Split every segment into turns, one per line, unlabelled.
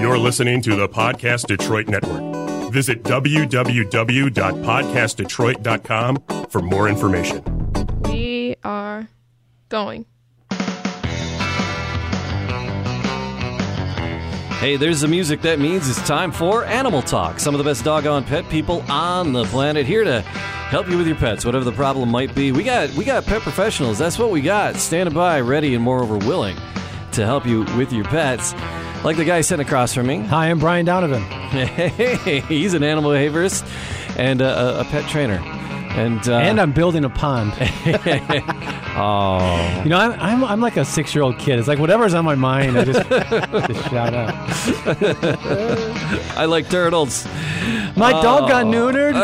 You're listening to the Podcast Detroit Network. Visit www.podcastdetroit.com for more information.
We are going.
Hey, there's the music that means it's time for Animal Talk. Some of the best doggone pet people on the planet here to help you with your pets, whatever the problem might be. We got we got pet professionals. That's what we got. Standing by, ready and moreover willing to help you with your pets. Like the guy sitting across from me.
Hi, I'm Brian Donovan.
Uh.
Hey, he's an animal behaviorist and a, a pet trainer. And uh,
and I'm building a pond.
oh,
You know, I'm, I'm, I'm like a six year old kid. It's like whatever's on my mind, I just, just shout out.
I like turtles.
My dog
Oh.
got
Uh,
neutered.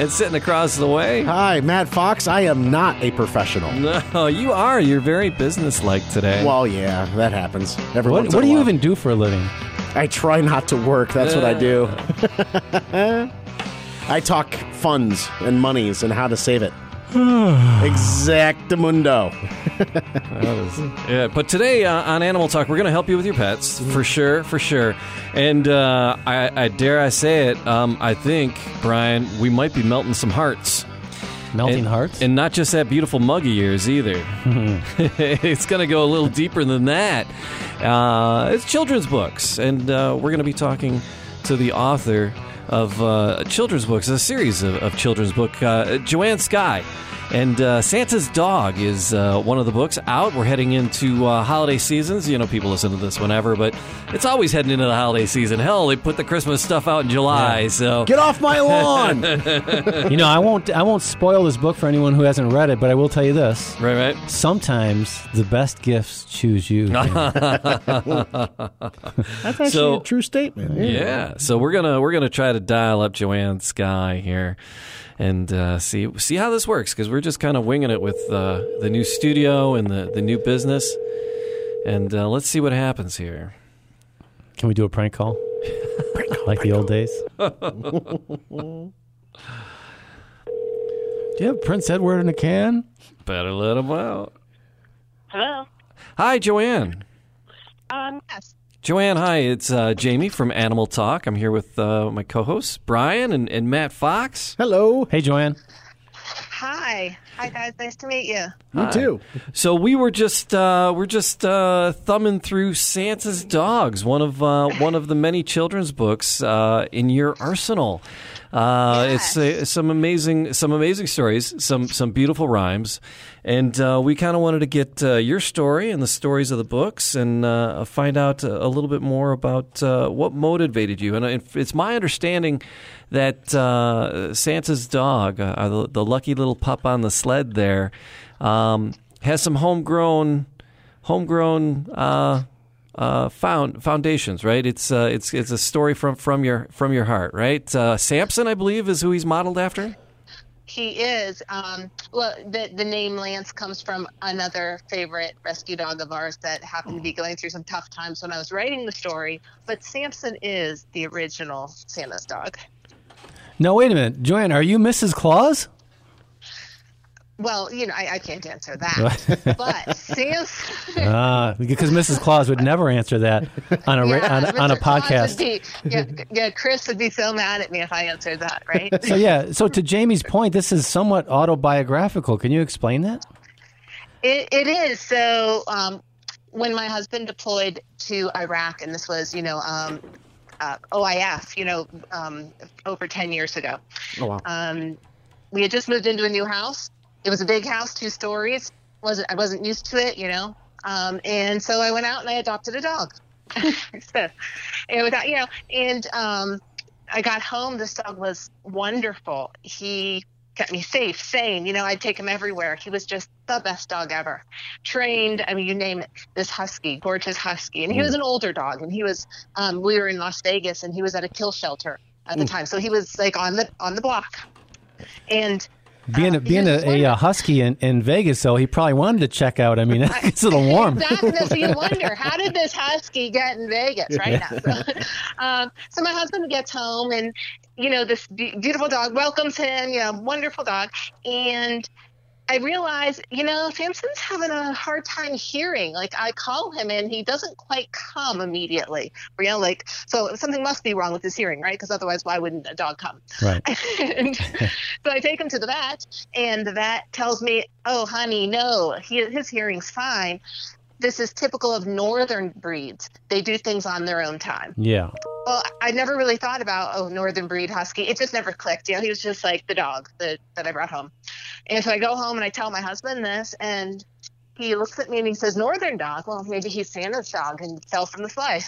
And sitting across the way.
Hi, Matt Fox. I am not a professional.
No, you are. You're very businesslike today.
Well, yeah, that happens. Every
What,
once
what
in
do
a
you
while.
even do for a living?
I try not to work. That's what I do. I talk funds and monies and how to save it. Exactamundo.
Yeah, but today uh, on Animal Talk, we're going to help you with your pets for sure, for sure. And uh, I, I dare I say it, um, I think Brian, we might be melting some hearts.
Melting
and,
hearts?
and not just that beautiful mug of yours either. it's going to go a little deeper than that. Uh, it's children's books, and uh, we're going to be talking to the author of uh, children's books, a series of, of children's book, uh, Joanne Sky. And uh, Santa's Dog is uh, one of the books out. We're heading into uh, holiday seasons. You know, people listen to this whenever, but it's always heading into the holiday season. Hell, they put the Christmas stuff out in July, so
Get off my lawn.
you know, I won't, I won't spoil this book for anyone who hasn't read it, but I will tell you this.
right, right.
Sometimes the best gifts choose you.
That's actually
So-
a true statement.
Yeah. So we're gonna we're gonna try to dial up Joanne Sky here, and uh, see see how this works because we're just kind of winging it with uh, the new studio and the the new business, and uh, let's see what happens here.
Can we do a prank call? like the old days? do you have Prince Edward in a can?
Better let them out.
Hello.
Hi, Joanne.
Um, yes.
Joanne, hi. It's uh, Jamie from Animal Talk. I'm here with uh, my co-hosts Brian and, and Matt Fox.
Hello.
Hey, Joanne.
Hi. Hi, guys. Nice to meet you.
You too.
So we were just uh, we're just uh, thumbing through Santa's Dogs, one of uh, one of the many children's books uh, in your arsenal. Uh, It's uh, some amazing some amazing stories, some some beautiful rhymes, and uh, we kind of wanted to get uh, your story and the stories of the books and uh, find out a a little bit more about uh, what motivated you. And uh, it's my understanding that uh, Santa's dog, uh, the, the lucky little pup on the sled there, um, has some homegrown, homegrown uh, uh, found foundations, right? It's uh, it's it's a story from from your from your heart, right? Uh, Samson, I believe, is who he's modeled after.
He is. Um, well, the, the name Lance comes from another favorite rescue dog of ours that happened to be going through some tough times when I was writing the story. But Samson is the original Santa's dog.
No, wait a minute. Joanne, are you Mrs. Claus?
Well, you know, I, I can't answer that. but Samson.
Uh, because Mrs. Claus would never answer that on a ra-
Yeah,
on, a- on a
Mr. Claus would
podcast.
be- yeah, yeah, Chris would be so mad at me if I answered that, right?
So yeah, so to Jamie's point, this is somewhat autobiographical. Can you explain that?
It, it is. So um, when my husband deployed to Iraq, and this was, you know, um, uh, OIF, you know, um, over 10 years ago,
Oh, wow.
um, we had just moved into a new house. It was a big house, two stories. wasn't I wasn't used to it, you know. Um, and so I went out and I adopted a dog. so it was, you know, and um, I got home. This dog was wonderful. He kept me safe, sane. You know, I'd take him everywhere. He was just the best dog ever. Trained, I mean, you name it. This husky, gorgeous husky, and he was an older dog. And he was, um, we were in Las Vegas, and he was at a kill shelter at the time, so he was like on the on the block. And
Being a,
Uh,
being a,
here's
a,
one-
uh husky in, in Vegas, though he probably wanted to check out. I mean, it's a little warm.
Exactly. So you wonder how did this husky get in Vegas right now? So, um, so my husband gets home, and you know this be- beautiful dog welcomes him. You know, wonderful dog, and I realized, you know, Samson's having a hard time hearing. Like I call him and he doesn't quite come immediately. You know, like so something must be wrong with his hearing, right? Because otherwise, why wouldn't a dog come?
Right.
and so I take him to the vet, and the vet tells me, "Oh, honey, no, he, his hearing's fine. This is typical of northern breeds. They do things on their own time."
Yeah.
Well, I never really thought about oh northern breed husky. It just never clicked. You know, he was just like the dog that that I brought home. And so I go home and I tell my husband this, and he looks at me and he says, "Northern dog. Well, maybe he's Santa's dog and fell from the sleigh."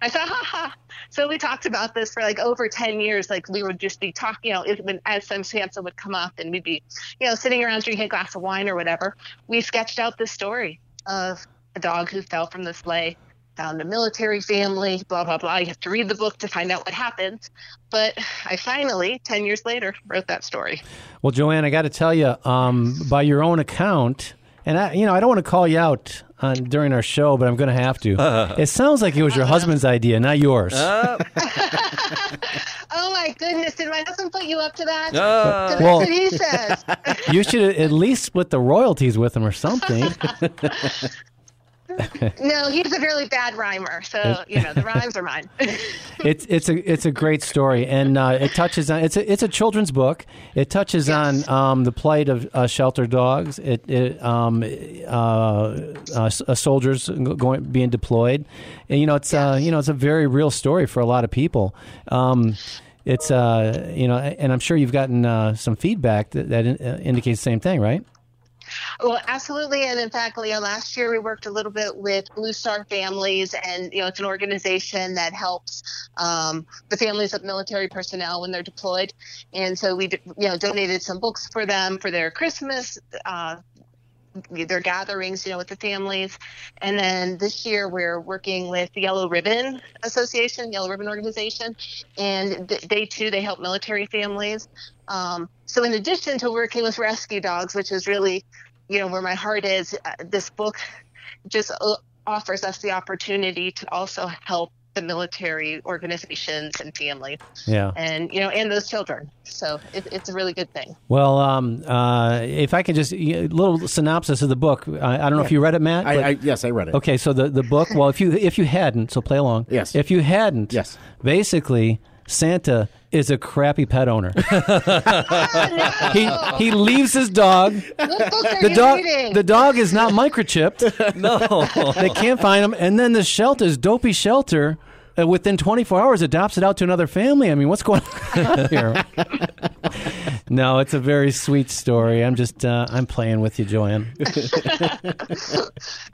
I thought, ha ha. So we talked about this for like over 10 years. Like we would just be talking, you know, if, when, as some Samson would come up and we'd be, you know, sitting around drinking a glass of wine or whatever. We sketched out this story of a dog who fell from the sleigh, found a military family, blah, blah, blah. You have to read the book to find out what happened. But I finally, 10 years later, wrote that story.
Well, Joanne, I got to tell you, um, by your own account, and I, you know, I don't want to call you out on, during our show, but I'm going to have to. it sounds like it was your
Uh-huh.
husband's idea, not yours.
Oh my goodness. Did my husband put you up to that?
Uh,
'Cause
Well-
that's what he says.
you should at least split the royalties with him or something.
no, he's a really bad rhymer. So, you know, the rhymes are mine.
it's it's a it's a great story, and uh, it touches on it's a it's a children's book. It touches on um, the plight of uh, shelter dogs. It, it um, uh, uh, s- uh, soldiers go- going being deployed, and you know it's uh, you know it's a very real story for a lot of people. Um, it's uh, you know, and I'm sure you've gotten uh, some feedback that, that in, uh, indicates the same thing, right?
Well, absolutely, and in fact, Leo, last year we worked a little bit with Blue Star Families, and you know it's an organization that helps um, the families of military personnel when they're deployed, and so we d- you know donated some books for them for their Christmas. Uh, their gatherings, you know, with the families. And then this year we're working with the Yellow Ribbon Association, Yellow Ribbon Organization, and th- they too, they help military families. Um, so in addition to working with rescue dogs, which is really you know where my heart is uh, this book just o- offers us the opportunity to also help the military organizations and families
Yeah.
and you know and those children so it, it's a really good thing
Well, um, uh, if I could just a little synopsis of the book. I, I don't know if you read it, Matt.
I,
but-
I, yes, I read it.
Okay, so the, the book. Well, if you if you hadn't, so play along.
Yes.
If you hadn't,
Yes.
Basically, Santa is a crappy pet owner. he he leaves his dog.
Oh, what books are
The
you
dog
reading
the dog is not microchipped. no, they can't find him. And then the shelter's dopey shelter. Uh, within 24 hours, adopts it out to another family. I mean, what's going on here? no, it's a very sweet story. I'm just, uh, I'm playing with you, Joanne.
you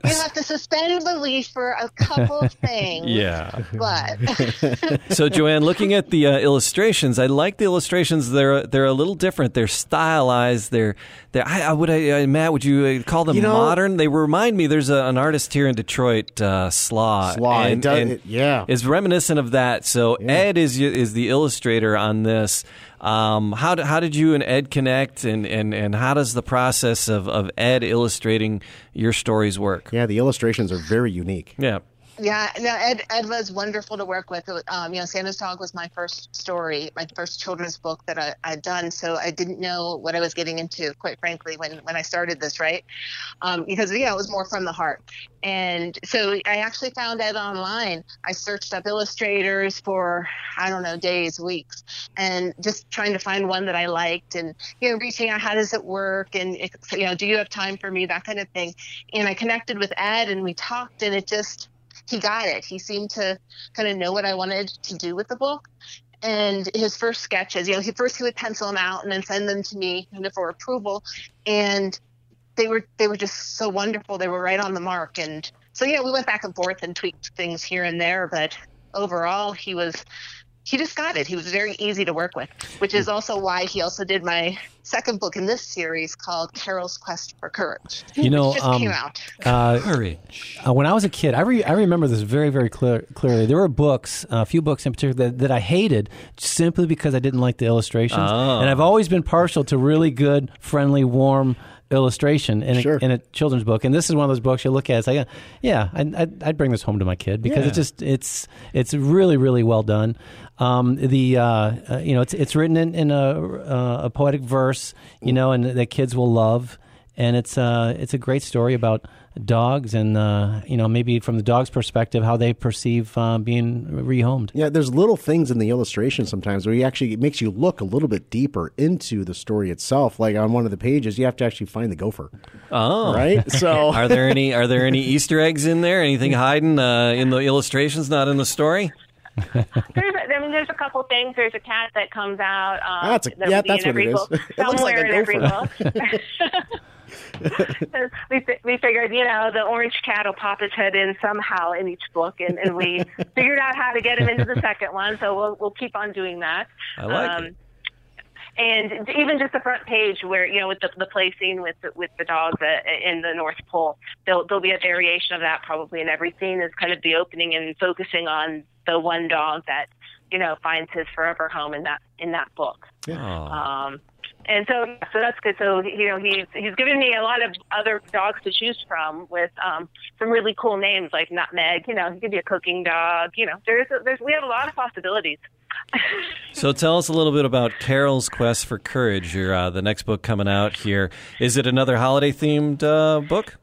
have to suspend belief for a couple of things
yeah.
but
So Joanne, looking at the uh, illustrations, I like the illustrations. They're they're a little different. They're stylized. They're they I, I would I, I- Matt, would you uh, call them
You know-
modern? They remind me. There's a, an artist here in Detroit, uh, Slaw.
Slaw. It
and-
does-
and
it- yeah.
is reminiscent of that. So Ed is y- is the illustrator on this. Um, how d- how did you and Ed connect, and, and, and how does the process of, of Ed illustrating your stories work?
Yeah, the illustrations are very unique.
Yeah.
Yeah, no, Ed, Ed was wonderful to work with. Um, you know, Santa's Dog was my first story, my first children's book that I, I'd done. So I didn't know what I was getting into, quite frankly, when, when I started this, right? Um, because, you know, it was more from the heart. And so I actually found Ed online. I searched up illustrators for, I don't know, days, weeks, and just trying to find one that I liked and, you know, reaching out, how does it work? And, you know, do you have time for me? That kind of thing. And I connected with Ed and we talked, and it just, he got it. He seemed to kind of know what I wanted to do with the book. And his first sketches, you know, he first he would pencil them out and then send them to me kind of for approval. And they were they were just so wonderful. They were right on the mark. And so yeah, we went back and forth and tweaked things here and there, but overall he was he just got it. He was very easy to work with, which is also why he also did my second book in this series called Carol's Quest for Courage.
You know,
which just
um,
came out.
Courage.
Uh, when I was a kid, I, re- I remember this very, very clear- clearly. There were books, a few books in particular, that, that I hated simply because I didn't like the illustrations. And I've always been partial to really good, friendly, warm illustration in a,
Sure.
in a children's book, and this is one of those books you look at. It's like, yeah, I'd, I'd, I'd bring this home to my kid because
Yeah.
it just it's it's really really well done. Um, the uh, uh, you know it's it's written in, in a uh, a poetic verse, you know, and that kids will love, and it's uh it's a great story about dogs and uh, you know maybe from the dog's perspective how they perceive uh, being rehomed.
Yeah, there's little things in the illustration sometimes where you actually it makes you look a little bit deeper into the story itself. Like on one of the pages, you have to actually find the gopher.
Oh,
Right? So
Are there any Are there any Easter eggs in there? Anything hiding uh, in the illustrations, not in the story?
There's, a- I mean, there's a couple things. There's a cat that comes out. Um,
That's a-
that would
yeah,
be
that's what
in every
it is.
Book,
It looks like
somewhere
a
in every book. we, fi- we figured, you know, the orange cat will pop his head in somehow in each book, and, and we figured out how to get him into the second one. So we'll we'll keep on doing that.
I like it.
Um, And even just the front page, where you know, with the, the play scene with the, with the dogs uh, in the North Pole, there'll, there'll be a variation of that probably in every scene. Is kind of the opening and focusing on the one dog that you know finds his forever home in that in that book.
Oh,
Um, and so, so that's good. So you know, he's he's given me a lot of other dogs to choose from with um, some really cool names like Nutmeg. You know, he could be a cooking dog. You know, there's a, there's we have a lot of possibilities.
so tell us a little bit about Carol's Quest for Courage. Your uh, the next book coming out here. Is it another holiday themed uh, book?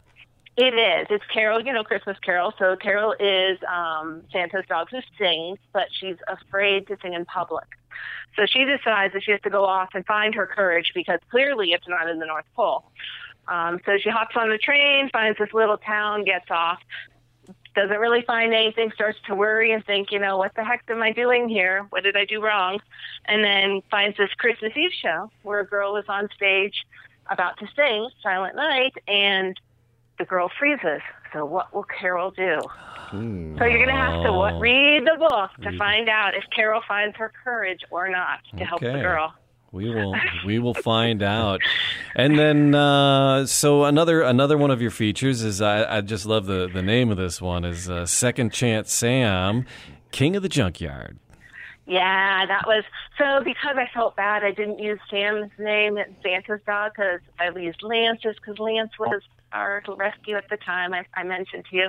It is. It's Carol, you know, Christmas Carol. So Carol is um, Santa's dog who sings, but she's afraid to sing in public. So she decides that she has to go off and find her courage because clearly it's not in the North Pole. Um, so she hops on the train, finds this little town, gets off, doesn't really find anything, starts to worry and think, you know, what the heck am I doing here? What did I do wrong? And then finds this Christmas Eve show where a girl is on stage about to sing Silent Night and the girl freezes. So what will Carol do? So you're going to have to what, Oh. read the book to find out if Carol finds her courage or not to help the
Okay.
girl.
We will we will find out. And then uh, so another another one of your features is I, I just love the the name of this one is uh, Second Chance Sam, King of the Junkyard.
Yeah, that was so because I felt bad. I didn't use Sam's name at Santa's dog because I used Lance's because Lance was our rescue at the time. I, I mentioned to you,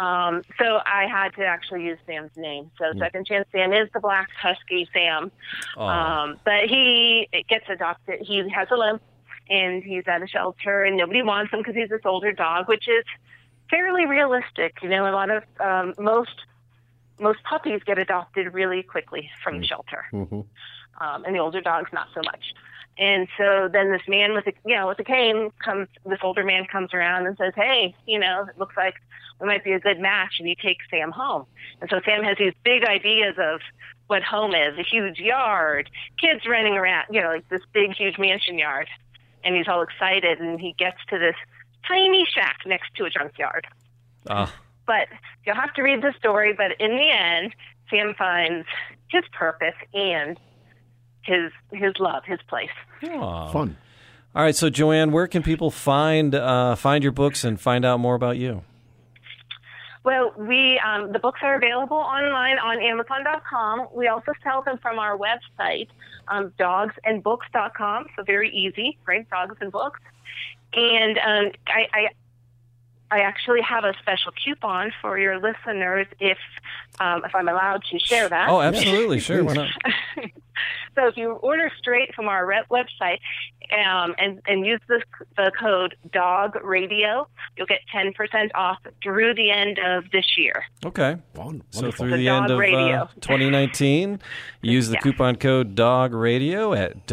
um, so I had to actually use Sam's name. So Second Chance Sam is the black husky Sam,
Oh.
um, but he gets adopted. He has a limp, and he's at a shelter, and nobody wants him because he's this older dog, which is fairly realistic. You know, a lot of um, most most puppies get adopted really quickly from the shelter,
mm-hmm.
um, and the older dogs not so much. And so then this man with a you know with a cane comes. This older man comes around and says, "Hey, you know, it looks like we might be a good match," and he takes Sam home. And so Sam has these big ideas of what home is: a huge yard, kids running around, you know, like this big huge mansion yard. And he's all excited, and he gets to this tiny shack next to a junkyard
Ah,
but you'll have to read the story. But in the end, Sam finds his purpose and his his love, his place.
Oh.
aw.
fun.
All right, so Joanne, where can people find uh, find your books and find out more about you?
Well, we um, the books are available online on Amazon.com. We also sell them from our website, um, dogsandbooks.com. So very easy, right? Dogs and books. And um, I, I I actually have a special coupon for your listeners if um, if I'm allowed to share that.
Oh, absolutely, sure, why not?
So if you order straight from our rep website um, and, and use this, the code DOG Radio, you'll get 10% off through the end of this year.
Okay.
Fun.
So
Wonderful.
through the
Dog
end of uh,
Radio.
2019, use the coupon code Dog Radio at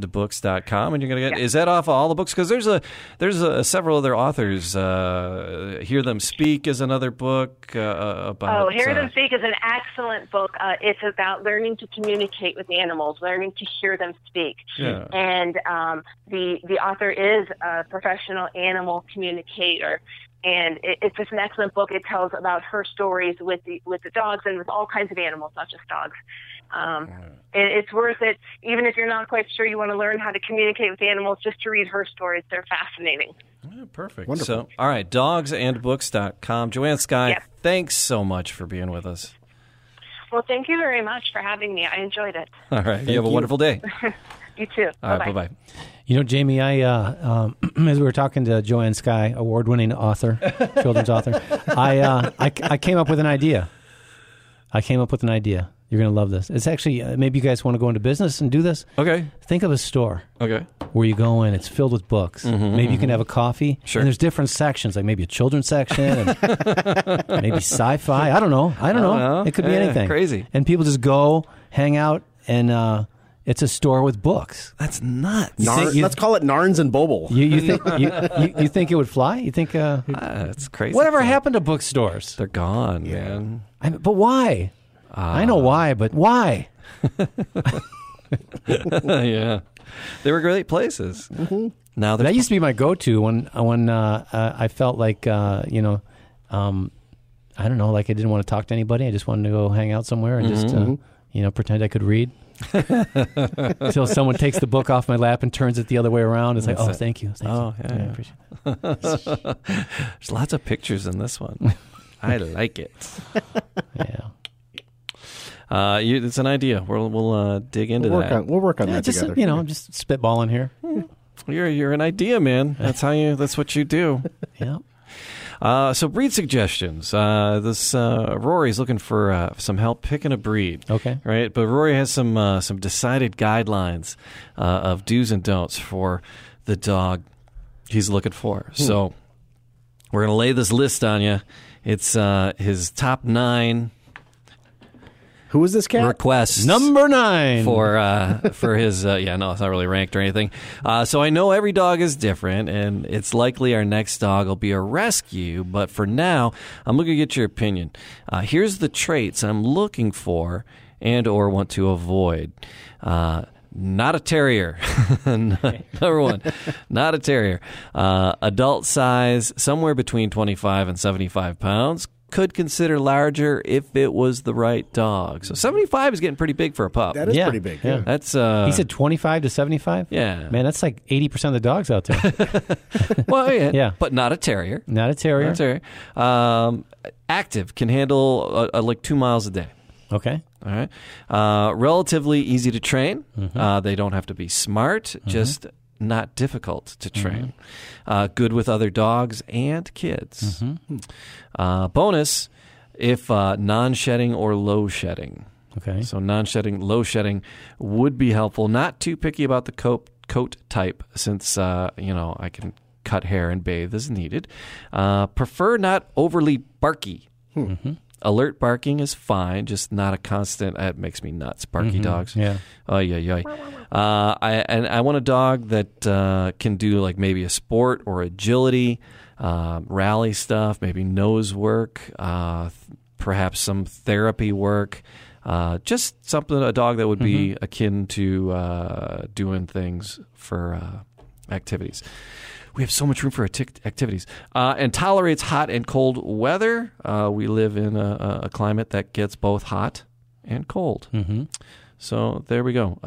dogsandbooks.com, and you're gonna get. Is that off of all the books? Because there's a there's a, several other authors. Uh, Hear them speak is another book uh, about.
Oh, Hear
uh,
Them Speak is an excellent book. Uh, it's about learning to communicate with animals, learning to hear them speak.
Yeah.
And um, the, the author is a professional animal communicator. And it, it's just an excellent book. It tells about her stories with the, with the dogs and with all kinds of animals, not just dogs. Um, it, it's worth it, even if you're not quite sure you want to learn how to communicate with animals, just to read her stories. They're fascinating.
yeah, perfect.
Wonderful.
So, all right, dogsandbooks.com. Joanne Sky,
Yep.
thanks so much for being with us.
Well, thank you very much for having me. I enjoyed it.
All right, you have a wonderful day.
You too.
All right, bye bye.
You know, Jamie, I uh, um, as we were talking to Joanne Sky, award-winning author, children's author, I, uh, I I came up with an idea. I came up with an idea. You're going to love this. It's actually uh, maybe you guys want to go into business and do this.
Okay.
Think of a store
Okay.
where you go in. It's filled with books. maybe you can have a coffee.
Mm-hmm, Sure.
And there's different sections, like maybe a children's section, and maybe sci-fi. I don't know. I don't know.
know.
It could be
Uh-huh. Yeah,
anything.
crazy.
And people just go hang out, and uh, it's a store with books.
That's nuts.
Narn,
think you-
let's call it Narns and Boble.
You, you think you, you, you think it would fly? You think uh,
Ah, that's crazy.
whatever happened to bookstores?
They're gone, man.
I, but why? I know why, but why?
yeah. They were great places. Mm-hmm. Now
That
they're
used to be my go-to when when uh, uh, I felt like uh, you know, um, I don't know, like I didn't want to talk to anybody. I just wanted to go hang out somewhere and just uh, you know pretend I could read. Until someone takes the book off my lap and turns it the other way around. It's like, oh, thank you. Thank
Oh,
you.
yeah,
I
yeah.
appreciate it.
there's lots of pictures in this one. I like it.
Yeah.
Uh, you, it's an idea. We'll we'll uh, dig into
We'll work
that.
on, we'll work on
yeah
that
just,
together.
you know, I'm just spitballing here.
You're you're an idea man. That's how you. That's what you do.
Yeah.
Uh, so breed suggestions. Uh, this uh, Rory's looking for uh, some help picking a breed.
Okay.
right? But Rory has some uh, some decided guidelines uh, of do's and don'ts for the dog he's looking for.
Hmm.
So we're gonna lay this list on you. It's uh, his top nine
Who is this cat?
requests.
Number nine.
for uh, for his uh, yeah no it's not really ranked or anything uh, so I know every dog is different and it's likely our next dog will be a rescue but for now I'm looking to get your opinion uh, here's the traits I'm looking for and or want to avoid uh, not a terrier number one not a terrier uh, adult size somewhere between 25 and 75 pounds could consider larger if it was the right dog. So 75 is getting pretty big for a pup.
that is
Yeah,
pretty big.
yeah.
That's uh,
He said 25 to 75?
Yeah.
Man, that's like 80% of the dogs out there.
well, yeah,
Yeah.
but not a terrier.
Not a terrier.
Not a terrier. Um, active can handle uh, uh, like two miles a day.
Okay.
All right, uh, relatively easy to train.
Mm-hmm.
Uh, they don't have to be smart, just not difficult to
Mm-hmm.
train. Uh, good with other dogs and kids.
Mm-hmm.
Uh, bonus if uh, non-shedding or low shedding.
Okay.
So non-shedding, low shedding would be helpful. Not too picky about the coat coat type, since uh, you know I can cut hair and bathe as needed. Uh, prefer not overly barky. Alert barking is fine, just not a constant. It makes me nuts. Barky dogs.
Yeah.
Oh yeah, yeah. Uh, I and I want a dog that uh, can do like maybe a sport or agility, um, rally stuff, maybe nose work, uh, th- perhaps some therapy work. Uh, just something a dog that would be akin to uh, doing things for uh, activities. We have so much room for acti- activities uh, and tolerates hot and cold weather. Uh, we live in a, a- a climate that gets both hot and cold.
Mm-hmm.
So there we go.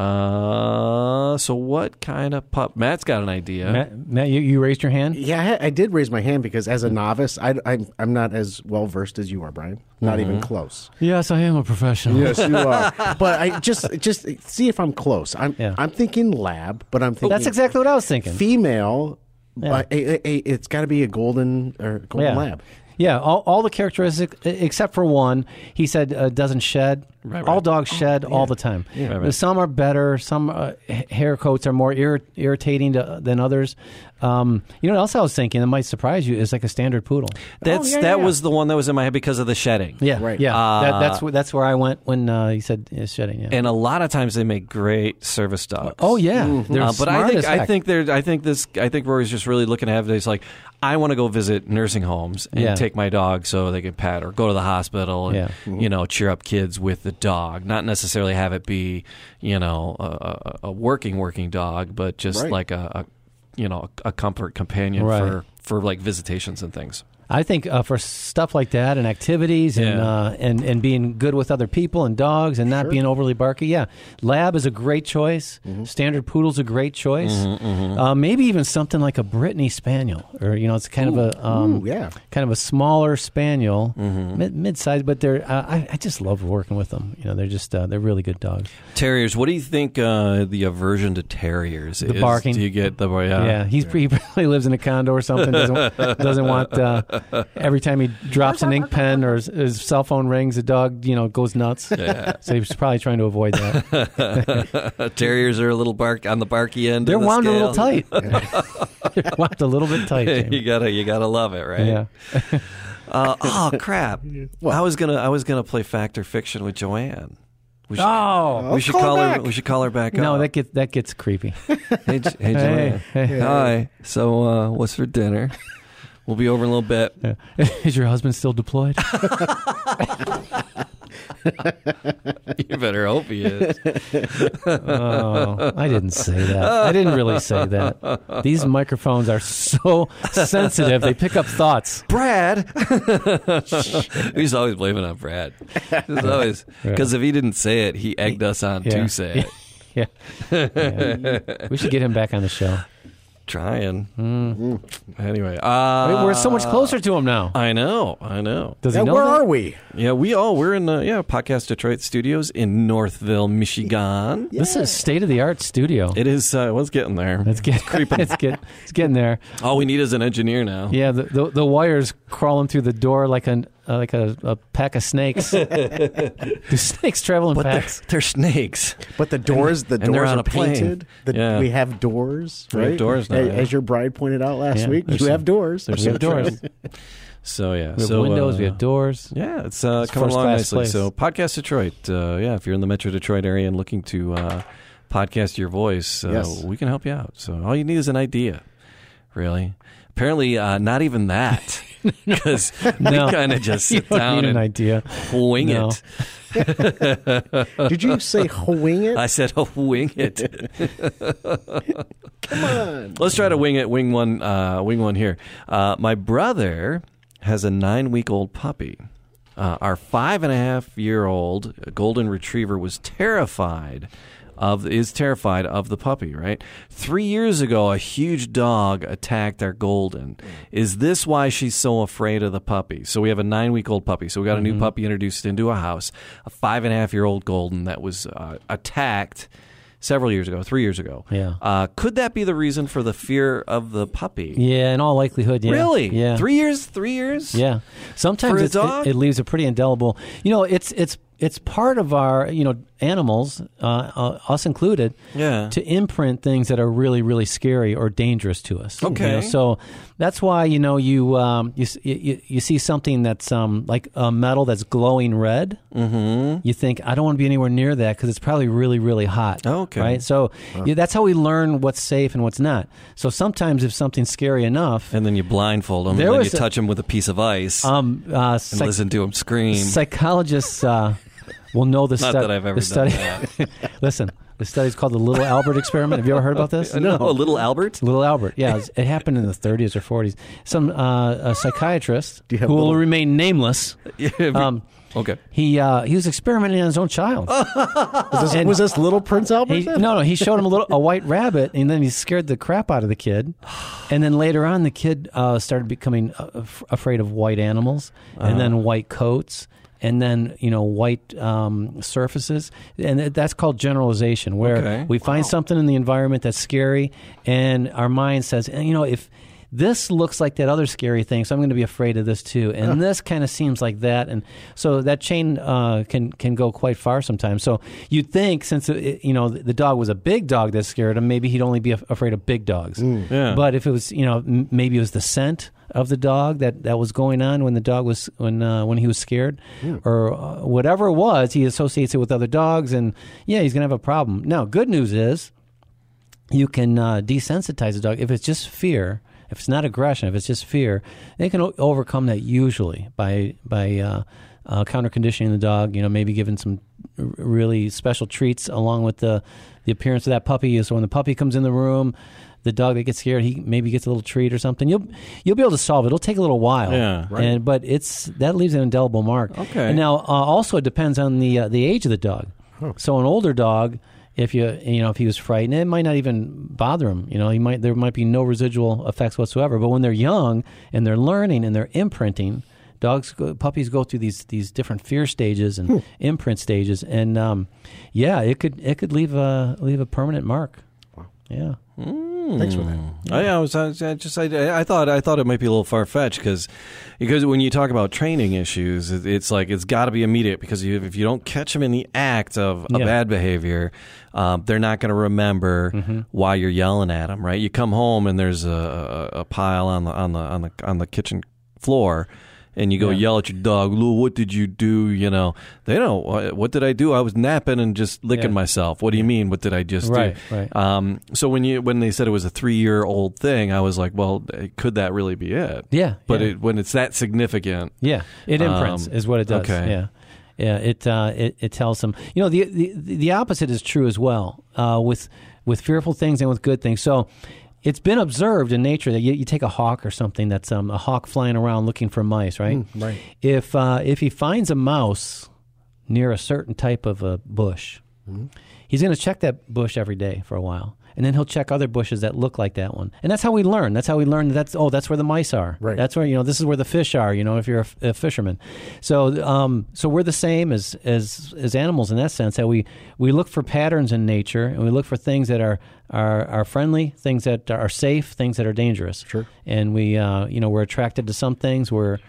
Uh, so what kind of pup? Matt's got an idea.
Matt, Matt you, you raised your hand?
Yeah, I, ha- I did raise my hand because as a novice, I, I'm, I'm not as well versed as you are, Brian. Not
Mm-hmm.
even close.
Yes, I am a professional.
Yes, you are. but I just just see if I'm close. I'm
Yeah. Oh,
I'm thinking lab, but I'm thinking
That's exactly what I was thinking.
female.
Yeah.
but a- a- a- it's got to be a golden or golden
yeah.
lab.
Yeah, all, all the characteristics e- except for one. He said uh, doesn't shed.
Right,
All
right.
dogs shed all the time.
Right, right.
Some are better. Some uh, h- hair coats are more irri- irritating to, uh, than others. Um, you know what else I was thinking that might surprise you is like a standard poodle.
That's
yeah,
that
yeah.
was the one that was in my head because of the shedding.
Yeah,
Right.
Yeah,
Uh,
that, that's where that's where I went when uh, he said uh, shedding. Yeah.
And a lot of times they make great service dogs.
oh yeah, they're
Uh, but
smart
I think
as
I
heck.
think they're I think this I think Rory's just really looking at it. He's like, I want to go visit nursing homes and
Yeah.
take my dog so they can pet or go to the hospital and
Yeah.
you know cheer up kids with the dog, not necessarily have it be you know a, a, a working working dog, but just
Right.
like a, a you know a comfort companion
Right.
for for like visitations and things.
I think uh, for stuff like that and activities and
Yeah.
uh, and and being good with other people and dogs and not being overly barky. Yeah, lab is a great choice. Standard poodle's a great choice. Uh, maybe even something like a Brittany Spaniel, or you know, it's kind of a um,
Ooh, yeah.
kind of a smaller Spaniel, mid mid size. But they're uh, I, I just love working with them. You know, they're just uh, they're really good dogs.
Terriers. What do you think uh, the aversion to terriers is?
barking.
Do you get the Uh, yeah?
Yeah, he's he probably lives in a condo or something. Doesn't doesn't want uh, every time he drops an ink pen or his, his cell phone rings, the dog you know goes nuts. So he's probably trying to avoid that.
Terriers are a little bark on the barky end. of
They're
the
wound a little
scale.
tight. They're wound a little bit tight.
you
Jamie.
gotta you gotta love it, right?
Yeah.
Uh, oh crap! I was gonna I was gonna play fact or fiction with Joanne. We should,
Oh
we should
call her
Ah, call her.
back.
We should call her back.
no,
up.
that gets that gets creepy.
Hey, J- hey, Joanne. Hi. So, uh, what's for dinner? We'll be over in a little bit.
Is your husband still deployed?
You better hope he is.
Oh, I didn't say that. I didn't really say that. These microphones are so sensitive; they pick up thoughts.
Brad. He's always blaming on Brad. He's always because if he didn't say it, he egged us on
Yeah.
to say it.
Yeah. Yeah. we should get him back on the show.
Trying. Anyway, uh,
Mm. We're so much closer to him now.
I know. I know.
Does he
Now,
know?
where
that?
are we?
Yeah, we all we're in uh, yeah podcast Detroit studios in Northville, Michigan.
This is state of the art studio.
It is. Uh, well, it's getting there.
It's get, creeping. It's, get, it's getting there.
all we need is an engineer now.
Yeah, the, the the wires crawling through the door like an uh, like a, a pack of snakes. Do snakes travel in
But they're,
packs?
they're snakes.
But the doors, the
and they're
doors
on
are
a plane.
painted. The,
Yeah.
We have doors,
We have
right?
doors now,
A-
yeah.
As your bride pointed out last
Yeah,
week, you
there's some-
have doors.
We have doors.
So yeah,
We have
so,
windows.
uh,
we have doors.
Yeah, it's, uh,
It's
coming along
first-class
nicely.
place.
So podcast Detroit. Uh, yeah, if you're in the Metro Detroit area and looking to uh, podcast your voice, uh,
Yes.
we can help you out. So all you need is an idea, really. Apparently, uh, not even that, because
No.
we kind of just
You
sit
don't
down
need an
and
idea.
wing
No.
it.
Did you say wing it?
I said, oh, wing it. Come on. Let's try to wing it. Wing one. Uh, wing one here. Uh, my brother has a nine-week-old puppy. Uh, our five and a half year old golden retriever was terrified of is terrified of the puppy. Right. Three years ago, a huge dog attacked our golden. Is this why she's so afraid of the puppy? So we have a nine week old puppy. So we got a new puppy introduced into a house. A five and a half year old golden that was uh, attacked several years ago, three years ago.
Yeah.
Uh, could that be the reason for the fear of the puppy?
Yeah, in all likelihood. Yeah.
Really?
Yeah.
Three years? Three years?
Yeah. Sometimes
a
it's,
dog?
it, it leaves a pretty indelible. You know, it's it's it's part of our you know animals, uh, uh, us included.
Yeah.
To imprint things that are really really scary or dangerous to us. you
Okay.
know. So that's why you know you um, you, s- you- you you see something that's um like a metal that's glowing red. Mm-hmm. You think I don't want to be anywhere near that because it's probably really really hot.
Okay.
Right. So yeah, that's how we learn what's safe and what's not. So sometimes if something's scary enough.
And then you blindfold them,
There
and then
was
you
a-
touch them with a piece of ice
um, uh,
and
psych-
listen to them scream.
Psychologists uh, will know the
Not
study.
that I've ever
the study.
done
Listen, the study's called the Little Albert Experiment. Have you ever heard about this?
no, little Albert.
Little Albert. Yeah, it was- it happened in the 30s or 40s. Some uh, a psychiatrist
you have
who will
little-
remain nameless. Um,
okay.
he uh, he was experimenting on his own child.
Was this,
And-
was this little Prince Albert?
He,
then?
no, no, he showed him a little a white rabbit, and then he scared the crap out of the kid. And then later on, the kid uh, started becoming uh, af- afraid of white animals,
Uh-huh.
and then white coats, and then you know white um, surfaces, and th- that's called generalization, where
Okay.
we find something in the environment that's scary, and our mind says, "Eh, you know, if this looks like that other scary thing, so I'm going to be afraid of this too. And this kind of seems like that, and so that chain uh, can can go quite far sometimes. So you'd think since it, you know the dog was a big dog that scared him, maybe he'd only be af- afraid of big dogs.
Yeah.
But if it was you know m- maybe it was the scent of the dog that, that was going on when the dog was when uh, when he was scared or uh, whatever it was, he associates it with other dogs, and yeah, he's going to have a problem. Now, good news is you can uh, desensitize the dog if it's just fear if it's not aggression if it's just fear they can o- overcome that usually by by uh, uh, counter conditioning the dog. You know, maybe giving some r- really special treats along with the the appearance of that puppy. So when the puppy comes in the room, the dog that gets scared, he maybe gets a little treat or something. You'll you'll be able to solve it. It'll take a little while.
Yeah.
Right.
And but it's that leaves an indelible mark.
Okay.
And now uh, also it depends on the uh, the age of the dog. So an older dog, if you you know if he was frightened, it might not even bother him. You know, he might there might be no residual effects whatsoever. But when they're young and they're learning and they're imprinting, dogs go, puppies go through these these different fear stages and imprint stages, and um, yeah, it could it could leave a leave a permanent mark. Yeah.
Hmm.
Thanks for that.
I, Oh, I was, I was- I just, I, I thought, I thought it might be a little far fetched because, because when you talk about training issues, it, it's like it's got to be immediate because you, if you don't catch them in the act of a
Yeah.
bad behavior, um, they're not going to remember why you're yelling at them, right? You come home and there's a, a, a pile on the on the on the on the kitchen floor. And you go yell at your dog, Lou. What did you do? You know they don't. "What- What did I do? I was napping and just licking
Yeah.
myself. What do you mean? What did I just
Right,
do?
right.
Um, so when you when they said it was a three year old thing, I was like, well, eh, could that really be it?
Yeah,
But
yeah.
It, when it's that significant,
Yeah, it imprints
Um,
is what it does.
okay.
Yeah, yeah. It, uh, it it tells them. You know, the the the opposite is true as well uh, with with fearful things and with good things. So. It's been observed in nature that you, you take a hawk or something that's um, a hawk flying around looking for mice, right?
right.
If uh, if he finds a mouse near a certain type of a bush, he's going to check that bush every day for a while, and then he'll check other bushes that look like that one. And that's how we learn. That's how we learn. That that's oh, that's where the mice are.
Right.
That's where you know this is where the fish are. You know, if you're a, f- a fisherman, so um, so we're the same as as as animals in that sense. That we we look for patterns in nature, and we look for things that are are are friendly, things that are safe, things that are dangerous. Sure. And we uh, you know we're attracted to some things. We're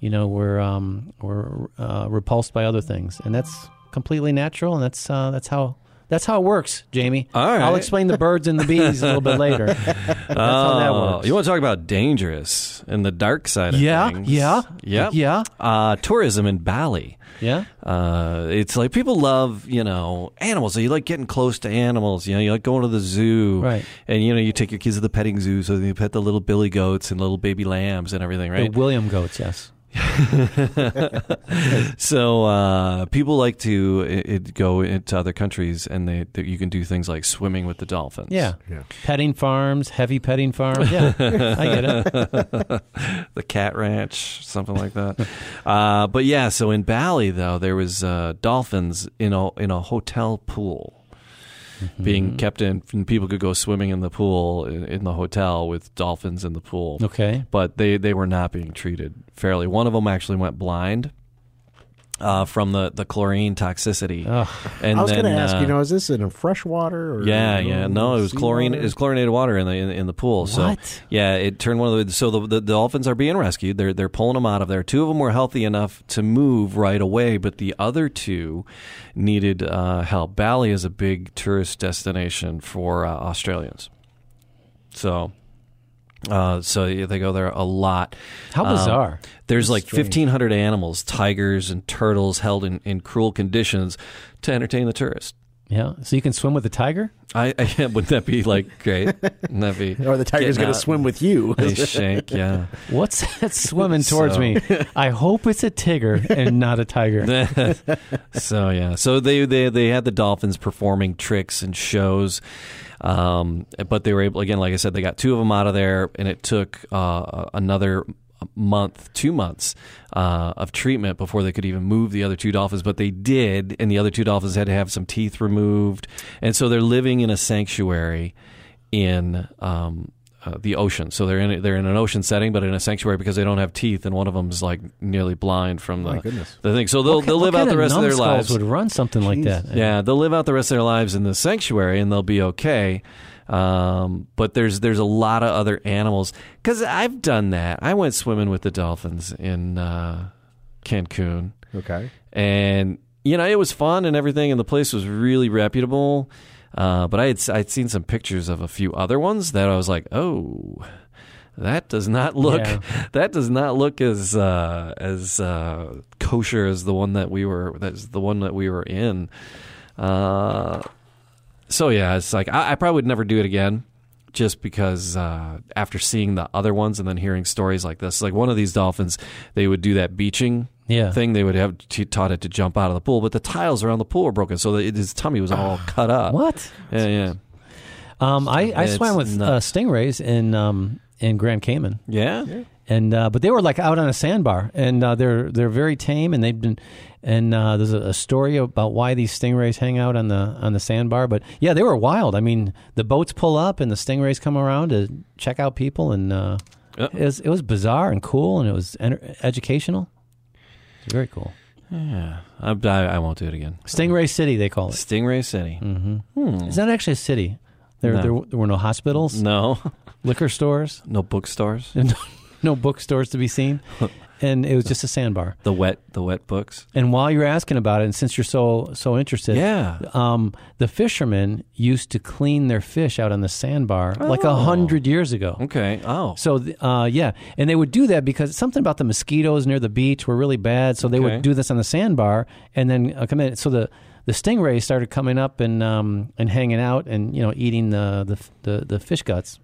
you know we're um, we're uh, repulsed by other things, and that's completely natural, and that's uh, that's how. That's how it works, Jamie.
All right.
I'll explain the birds and the bees a little bit later. That's how that
Oh,
works.
You want to talk about dangerous and the dark side of
Yeah,
things?
yeah,
yeah,
yeah.
Uh, tourism in Bali.
yeah.
Uh, it's like people love, you know, animals. So you like getting close to animals. You know, you like going to the zoo,
Right.
And you know, you take your kids to the petting zoo, so you pet the little billy goats and little baby lambs and everything, right?
The William goats, yes.
So uh, people like to it, it go into other countries, and they, that you can do things like swimming with the dolphins.
Yeah.
Yeah.
Petting farms, heavy petting farms. Yeah, I get it.
the cat ranch, something like that. uh, but yeah, so in Bali though, there was uh, dolphins in a in a hotel pool.
Mm-hmm.
Being kept in, and people could go swimming in the pool in, in the hotel with dolphins in the pool.
Okay.
but they they were not being treated fairly. One of them actually went blind uh, from the, the chlorine toxicity.
Ugh.
And
I was
then,
going to ask, you
uh,
know, is this in a fresh water? Or
Yeah, yeah. No, it was
sea
chlorine.
water?
It was chlorinated water in the in, in the pool. So
What?
yeah, it turned one of the. So the, the, dolphins are being rescued. They're they're pulling them out of there. Two of them were healthy enough to move right away, but the other two needed uh, help. Bali is a big tourist destination for uh, Australians. So. Uh, so yeah, they go there a lot.
How
Um,
bizarre.
there's like 1,500 animals, tigers and turtles, held in, in cruel conditions to entertain the tourist.
yeah. So you can swim with a tiger?
I, I yeah, wouldn't that be like great? Wouldn't that be?
Or the tiger's
getting
going to
out
swim with you.
and They shake, yeah.
What's that swimming towards
So-
me? I hope it's a tigger and not a tiger.
so yeah, so they, they they had the dolphins performing tricks and shows, um, but they were able again, like I said, they got two of them out of there, and it took uh, another month, two months uh, of treatment before they could even move the other two dolphins. But they did, and the other two dolphins had to have some teeth removed, and so they're living in a sanctuary in. Um, uh, the ocean, so they're in a, they're in an ocean setting, but in a sanctuary because they don't have teeth, and one of them's like nearly blind from
Oh
the,
goodness.
the thing. So they'll
What
they'll live out
kind
the
of
rest of their
numbskulls
lives.
would run something like that.
Yeah, they'll live out the rest of their lives in the sanctuary and they'll be okay. Um, but there's there's a lot of other animals because I've done that. I went swimming with the dolphins in uh, Cancun,
Okay.
and you know it was fun and everything, and the place was really reputable. Uh, but I had I'd seen some pictures of a few other ones that I was like, oh, that does not look
Yeah.
that does not look as uh, as uh, kosher as the one that we were that's the one that we were in. Uh, so yeah, it's like I, I probably would never do it again, just because uh, after seeing the other ones and then hearing stories like this, like one of these dolphins, they would do that beaching
Yeah.
thing, they would have t- taught it to jump out of the pool. But the tiles around the pool were broken, so that his tummy was all cut up.
What?
Yeah, yeah,
Um, I, I
It's
swam with uh,
nuts.
stingrays in um, in Grand Cayman.
yeah.
and uh, but they were like out on a sandbar, and uh, they're they're very tame, and they've been. And uh, there's a, a story about why these stingrays hang out on the on the sandbar, but yeah, they were wild. I mean, the boats pull up, and the stingrays come around to check out people, and uh,
Yep.
it, was, it was bizarre and cool, and it was enter- educational. It's very cool.
I, I, I won't do it again.
Stingray City, they call it.
Stingray City.
Mm. It's not actually a city. There,
Mm. No.
there, w- there were no hospitals,
No,
liquor stores,
no bookstores.
and no bookstores to be seen, and it was just a sandbar.
The wet, the wet books.
And while you're asking about it, and since you're so so interested,
Yeah.
um, the fishermen used to clean their fish out on the sandbar like
Oh.
a hundred years ago.
Okay. Oh,
So th- uh, yeah, and they would do that because something about the mosquitoes near the beach were really bad. So they
Okay.
would do this on the sandbar and then uh, come in. So the the stingrays started coming up and um, and hanging out and you know eating the the f- the, the fish guts.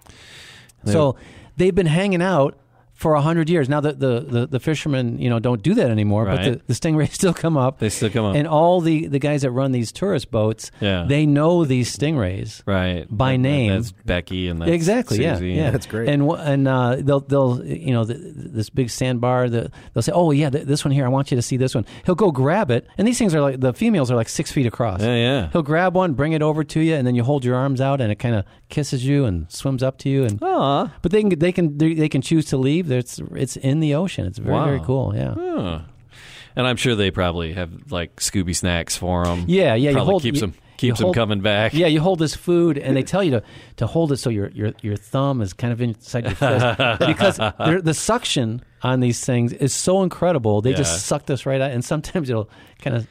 so they've been hanging out for a hundred years. Now the, the the the fishermen you know don't do that anymore,
Right.
but the, the stingrays still come up.
They still come up.
and all the the guys that run these tourist boats,
Yeah.
they know these stingrays,
right.
by name.
That's Becky and that's
exactly. Yeah,
Susie.
yeah,
That's great.
And wh- and uh, they'll they'll you know th th- this big sandbar. The, they'll say, oh yeah, th- this one here. I want you to see this one. He'll go grab it, and these things are like the females are like six feet across.
Yeah, yeah.
He'll grab one, bring it over to you, and then you hold your arms out, and it kind of kisses you and swims up to you. And
Aw.
but they can they can they, they can choose to leave. It's it's in the ocean. It's very
Wow.
very cool. Yeah.
Huh. And I'm sure they probably have like Scooby snacks for them.
Yeah, yeah.
Probably
you hold,
keeps
you-
them keeps
you hold-
them coming back.
Yeah, you hold this food, and they tell you to, to hold it so your, your your thumb is kind of inside your fist because they're- the suction on these things is so incredible. They
Yeah.
just suck this right out, and sometimes it'll kind of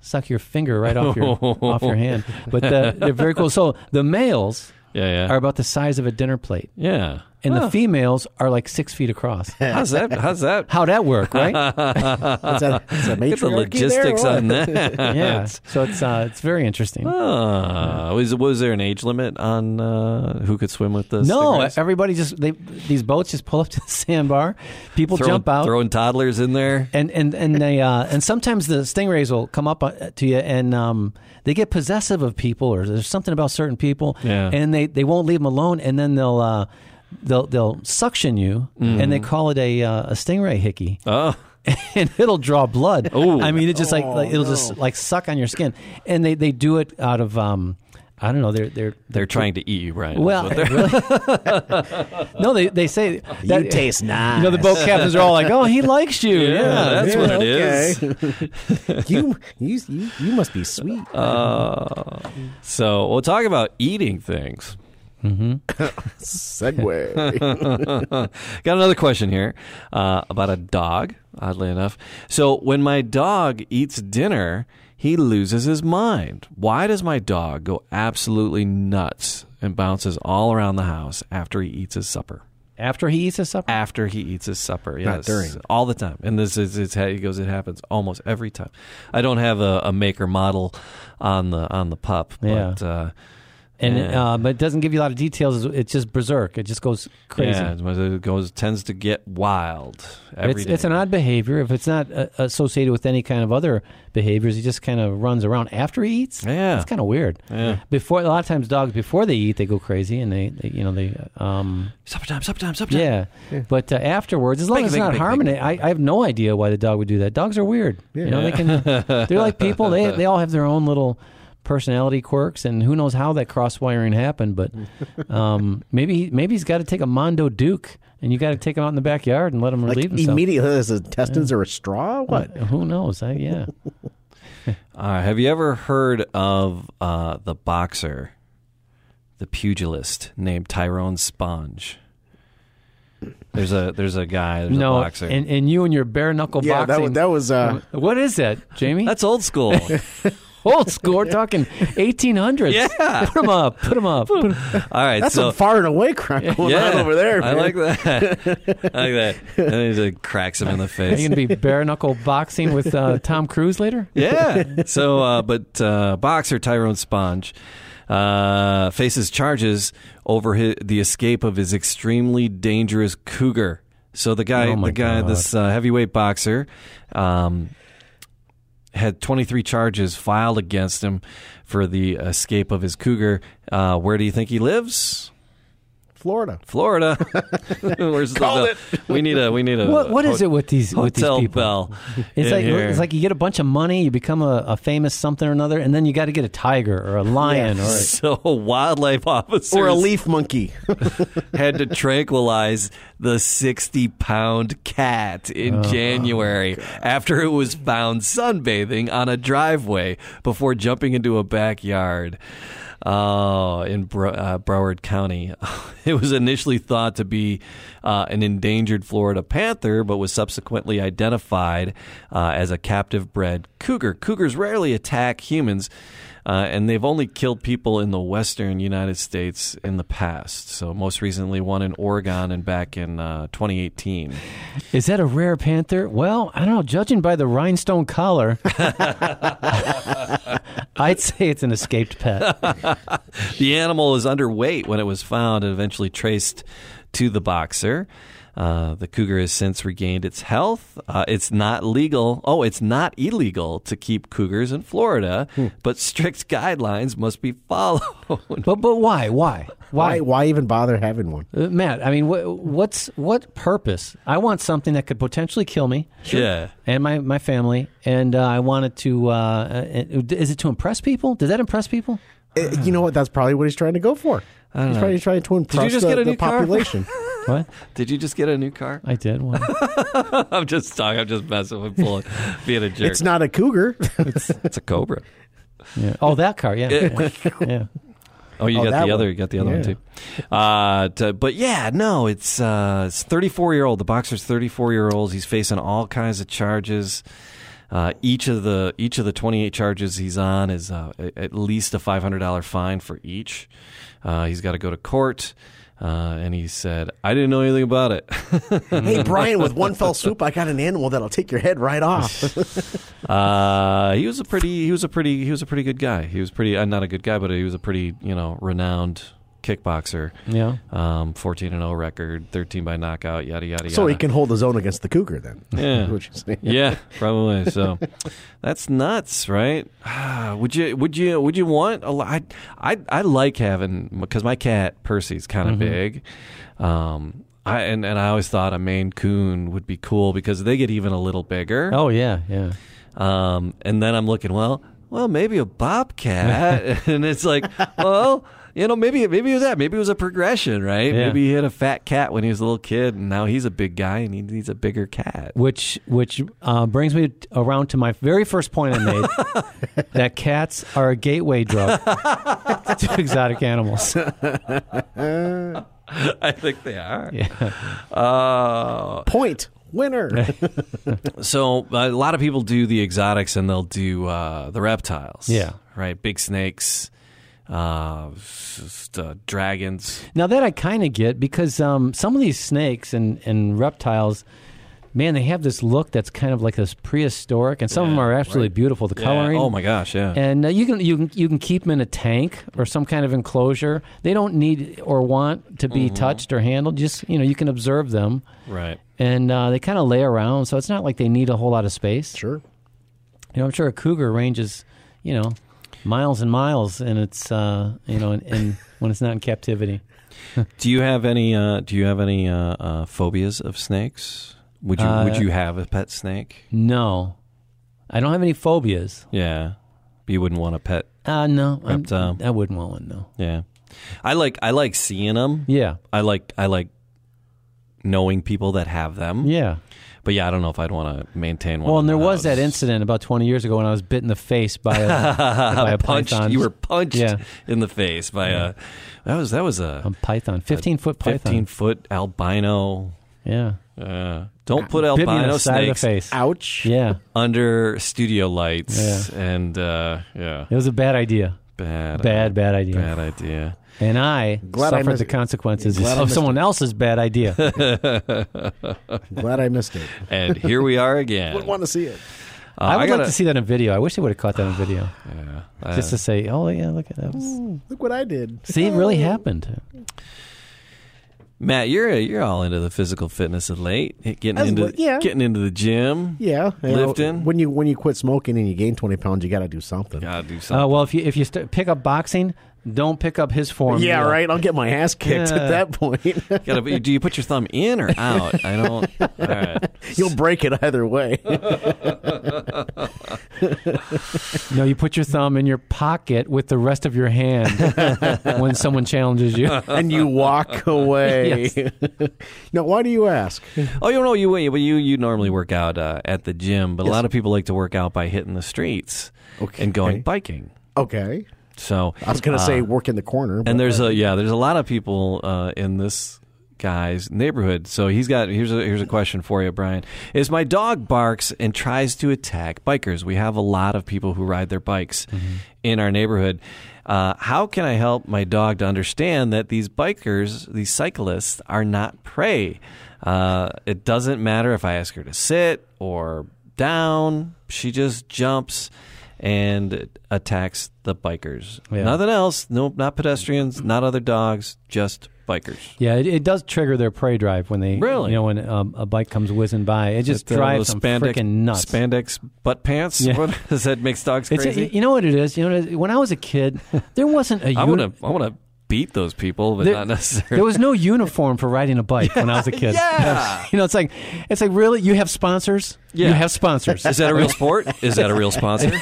suck your finger right off your off your hand. But the, they're very cool. So the males
yeah, yeah.
are about the size of a dinner plate,
yeah.
and the females are like six feet across.
How's that? How's that?
How would that work, right?
It's a, it's
Get the
a matriarchy there,
logistics
or what?
on that.
yeah. So it's uh, it's very interesting.
Ah, was was there an age limit on uh, who could swim with this?
No, e- everybody just they these boats just pull up to the sandbar. People jump out. E-
throwing toddlers in there.
and and and they uh, and sometimes the stingrays will come up uh, to you and um, they get possessive of people or there's something about certain people
Yeah.
and they, they won't leave them alone and then they'll uh, they'll they'll suction you
Mm-hmm.
and they call it a uh, a stingray hickey
Oh,
and it'll draw blood.
Ooh.
I mean it just like, like
Oh,
it'll just like suck on your skin and they, they do it out of um, I don't know they're they're
they're trying to eat you, Brian. That's
well,
what they're-
really? no, they they say that,
You taste nice.
You know the boat captains are all like, "Oh, he likes you."
yeah,
yeah.
that's
Yeah,
what it is.
okay. you, you, you, you must be sweet.
So we'll talk about eating things.
Segway.
Got another question here uh, about a dog, oddly enough. So, when my dog eats dinner, he loses his mind. Why does my dog go absolutely nuts and bounces all around the house after he eats his supper?
After he eats his supper.
After he eats his supper, yes,
during.
all the time, and this is it's, he goes. It happens almost every time. I don't have a, a make or model on the on the pup, but
Yeah.
uh,
and
Yeah.
uh, but it doesn't give you a lot of details. It's just berserk. It just goes crazy.
yeah, it goes tends to get wild. every day.
it's, it's an odd behavior if it's not uh, associated with any kind of other behaviors. He just kind of runs around after he eats.
Yeah.
it's kind of weird.
Yeah.
Before a lot of times dogs before they eat they go crazy and they, they you know they um
supper time, supper time, supper time.
yeah. But uh, afterwards, as long
Big,
as it's
big,
not
big,
harming
big.
it, I, I have no idea why the dog would do that. Dogs are weird. You know, they can. They're like people. They they all have their own little personality quirks, and who knows how that cross wiring happened. But um, maybe he- maybe he's got to take a Mondo Duke, and you got to take him out in the backyard and let him
like
relieve himself. uh,
immediately, uh, his intestines are a straw. What?
Who knows? I, yeah.
Uh, have you ever heard of uh, the boxer, the pugilist named Tyrone Sponge? There's a there's a guy. There's
no.
a boxer.
And and you and your bare knuckle
Yeah, that,
boxing.
wa- that was. Uh,
what is that, Jamie?
That's old school.
old school. We're talking 1800s.
Yeah.
Put him up. Put him up. Put 'em-
All right,
that's
so
some far and away crap going
yeah,
on over there.
I
man.
like that. I like that. And then he just cracks him in the
Are you
face.
going to be bare knuckle boxing with uh, Tom Cruise later?
yeah. So, uh, but uh, boxer Tyrone Sponge uh, faces charges over his, the escape of his extremely dangerous cougar So the guy,
Oh, my
the guy,
God.
this uh, heavyweight boxer, um, had 23 charges filed against him for the escape of his cougar. Uh, where do you think he lives?
Florida.
Florida. Where's the bell? We need a. We need a.
What, what is it with these with these
Uh, hotel
people?
bell?
It's
in
like
here.
it's like you get a bunch of money, you become a, a famous something or another, and then you got to get a tiger or a lion
so wildlife officers
Or a leaf monkey.
had to tranquilize the 60 pound cat in January after it was found sunbathing on a driveway before jumping into a backyard. Oh, in Bro- uh, Broward County. It was initially thought to be uh, an endangered Florida panther, but was subsequently identified uh, as a captive bred cougar. Cougars rarely attack humans, uh, and they've only killed people in the western United States in the past. So, most recently, one in Oregon and back in uh, 2018.
or is that a rare panther? Well, I don't know. Judging by the rhinestone collar, I'd say it's an escaped pet.
The animal was underweight when it was found and eventually traced to the boxer. Uh, the cougar has since regained its health. Uh, it's not legal. Oh, it's not illegal to keep cougars in Florida, but strict guidelines must be followed.
But but why why
Why? Why even bother having one?
Uh, Matt, I mean, wh- what's what purpose? I want something that could potentially kill me
Yeah.
and my, my family, and uh, I want it to. Uh, uh, is it to impress people? Does that impress people?
Uh, you know what? That's probably what he's trying to go for. He's probably trying to impress
just
the,
get a
the
new car?
population.
What
Did you just get a new car?
I did. Well,
I'm just talking. I'm just messing with pulling, being a jerk.
it's not a cougar.
It's a cobra.
yeah. Oh, that car. Yeah, yeah. yeah.
Oh, you
Oh,
got
that
the other.
one.
You got the other one
Yeah.
too. Uh, t- but yeah, no, it's uh, it's 34 year old. The boxer's 34 year old. He's facing all kinds of charges. Uh, each of the each of the 28 charges he's on is uh, a- at least a $500 fine for each. Uh, he's got to go to court. Uh, and he said, "I didn't know anything about it."
hey, Brian, with one fell swoop, I got an animal that'll take your head right off.
Uh, he was a pretty he was a pretty he was a pretty good guy. He was pretty uh, not a good guy, but he was a pretty you know renowned kickboxer.
Yeah.
um, 14 and 0 record, 13 by knockout, yada yada yada.
so he can hold his own against the cougar then.
Yeah.
Is what you're saying.
Yeah, probably. So that's nuts, right? Ah, would you would you would you want a lot? I I, I like having because my cat Percy's kind
Mm-hmm.
of big. Um, I and, and I always thought a Maine Coon would be cool because they get even a little bigger.
Oh yeah, yeah.
Um, and then I'm looking, well, well, maybe a bobcat, and it's like, well, you know, maybe maybe it was that, maybe it was a progression, right?
Yeah.
Maybe he had a fat cat when he was a little kid, and now he's a big guy and he needs a bigger cat.
Which which uh, brings me around to my very first point I made that cats are a gateway drug to exotic animals.
I think they are.
Yeah.
Uh,
Point winner.
so a lot of people do the exotics, and they'll do uh, the reptiles.
Yeah.
right, big snakes, uh, s- s- uh, dragons.
Now that I kind of get because um, some of these snakes and, and reptiles, man, they have this look that's kind of like this prehistoric, and some of them are absolutely beautiful. The
Yeah.
coloring,
Oh my gosh, yeah.
and uh, you can you can you can keep them in a tank or some kind of enclosure. They don't need or want to be touched or handled. Just you know, you can observe them,
right.
and uh, they kind of lay around, so it's not like they need a whole lot of space.
sure.
You know, I'm sure a cougar ranges, you know, miles and miles, and it's uh, you know, in, in, when it's not in captivity.
Do you have any? Uh, do you have any uh, uh, phobias of snakes? Would you
Uh,
Would you have a pet snake?
No, I don't have any phobias.
Yeah, you wouldn't want a pet.
Uh, no, I'm-
Reptile.
I wouldn't want one. No.
Yeah, I like I like seeing them.
Yeah,
I like I like knowing people that have them.
yeah.
But yeah, I don't know if I'd want to maintain one.
Well,
in
and there
the
was that
house.
incident about 20 years ago when I was bit in the face by a by a
punched.
python.
You were punched
Yeah.
in the face by a. That was that was
a
a
python, 15 foot python.
fifteen foot albino.
Yeah,
Uh, don't put
bit me in
albino
the side of
snakes
the face.
Ouch.
Yeah,
under studio lights and uh, yeah,
it was a bad idea.
bad
Bad, bad idea.
Bad idea.
And I
Glad I
suffered
missed
the
it.
consequences
Glad I
of
missed
someone else's bad idea.
Glad I missed it.
And here we are again.
Would want to see it.
Uh,
I would
gotta-
like to see that in video. I wish they would have caught that in video,
Yeah, uh,
just to say,
Mm,
"Oh yeah, look at that." was-
Look what I did.
See, it really happened.
Matt, you're you're all into the physical fitness of late, getting
As
into
li- yeah.
getting into the gym.
Yeah, you know,
Lifting?
when you when you quit smoking and you gain twenty pounds, you got to do something.
Gotta do something.
Uh, well, if you if you st- pick up boxing, don't pick up his form.
Yeah,
You'll-
right. I'll get my ass kicked
Yeah.
at that point.
Gotta, be- do you put your thumb in or out? I don't. All right.
You'll break it either way.
No, you put your thumb in your pocket with the rest of your hand when someone challenges you.
and you walk away. now, why do you ask?
Oh, you know you you you, you normally work out uh, at the gym, but a lot of people like to work out by hitting the streets
Okay.
and going biking.
Okay.
So
I was
Uh,
going to say work in the corner. but-
And there's a yeah, there's a lot of people uh, in this guy's neighborhood. So he's got here's a here's a question for you, Brian. Is my dog barks and tries to attack bikers? We have a lot of people who ride their bikes in our neighborhood. Uh, how can I help my dog to understand that these bikers, these cyclists, are not prey? Uh, it doesn't matter if I ask her to sit or down; she just jumps and attacks the bikers.
Yeah.
Nothing else. No, not pedestrians, not other dogs, just bikers.
Yeah, it, it does trigger their prey drive when they
Really? uh,
you know, when um, a bike comes whizzing by, it just
Those
drives them
spandex,
freaking nuts.
Spandex butt pants.
Yeah.
What does that makes dogs
It's
crazy?
you know what it is. You know, what it is? when I was a kid, there wasn't a
I
uni-
want to. I want to beat those people, but
There-
not necessarily.
there was no uniform for riding a bike when I was a kid.
Yeah.
you know, it's like it's like really you have sponsors.
Yeah.
You have sponsors.
Is that a real sport? Is that a real sponsor?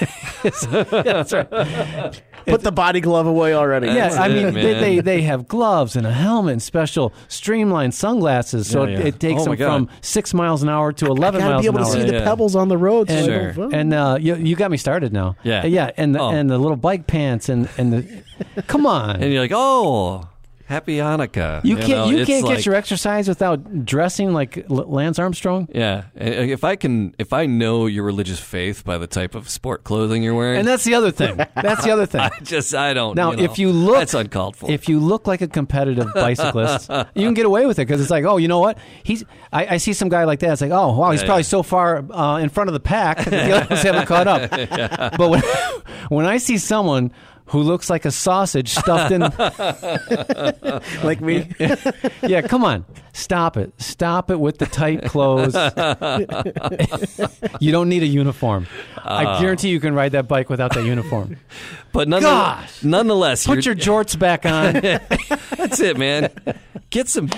Put the body glove away already.
yeah, I
it,
mean they,
man.
they they have gloves and a helmet and special streamlined sunglasses, so
Yeah,
it-
yeah.
It, takes
Oh, my
them from
God.
six miles an hour to eleven
Got to
miles
be able
an
to
hour.
see the
Yeah.
pebbles on the road. so I
Sure.
don't-
And uh, you you got me started now. Uh,
Yeah.
yeah, and the,
Oh.
and the little bike pants and and the come on.
and you're like, oh, happy Hanukkah.
you can't
know,
you
it's
can't
like-
get your exercise without dressing like L- Lance Armstrong.
Yeah, And if I can, if I know your religious faith by the type of sport clothing you're wearing,
And that's the other thing. That's the other thing.
just I don't.
Now,
know,
if you look,
that's uncalled for.
If you look like a competitive bicyclist, you can get away with it because it's like, oh, you know what? He's. I, I see some guy like that. It's like, oh, wow, he's
Yeah,
probably
yeah.
so far uh, in front of the pack that the other ones haven't caught up. But when, when I see someone who looks like a sausage stuffed in,
like me.
yeah, come on, stop it, stop it with the tight clothes. you don't need a uniform. I guarantee you can ride that bike without that uniform.
but nonetheless,
Gosh!
nonetheless,
Put your jorts back on.
That's it, man. Get some,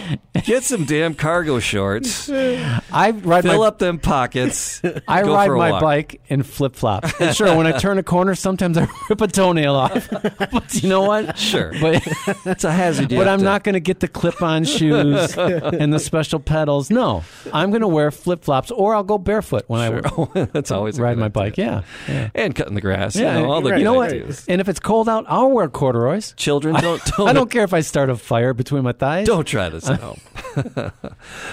get some damn cargo shorts.
I ride
Fill
my
up them pockets.
I
go
ride
for a
my
walk.
bike in flip flops. Sure, when I turn a corner, sometimes I rip a toenail off. but you know what?
Sure.
But
It's a hazard. you
but
have
I'm
to-
not going to get the clip on shoes and the special pedals. No, I'm going to wear flip flops or I'll go barefoot when I w-
That's always a
ride
good
my
idea.
bike. Yeah. Yeah.
and cutting the grass. Yeah, you know, all the
you
good
know what?
ideas.
And if it's cold out, I'll wear corduroys.
Children, don't don't
I don't care if I start a fire between my thighs.
don't try this at home.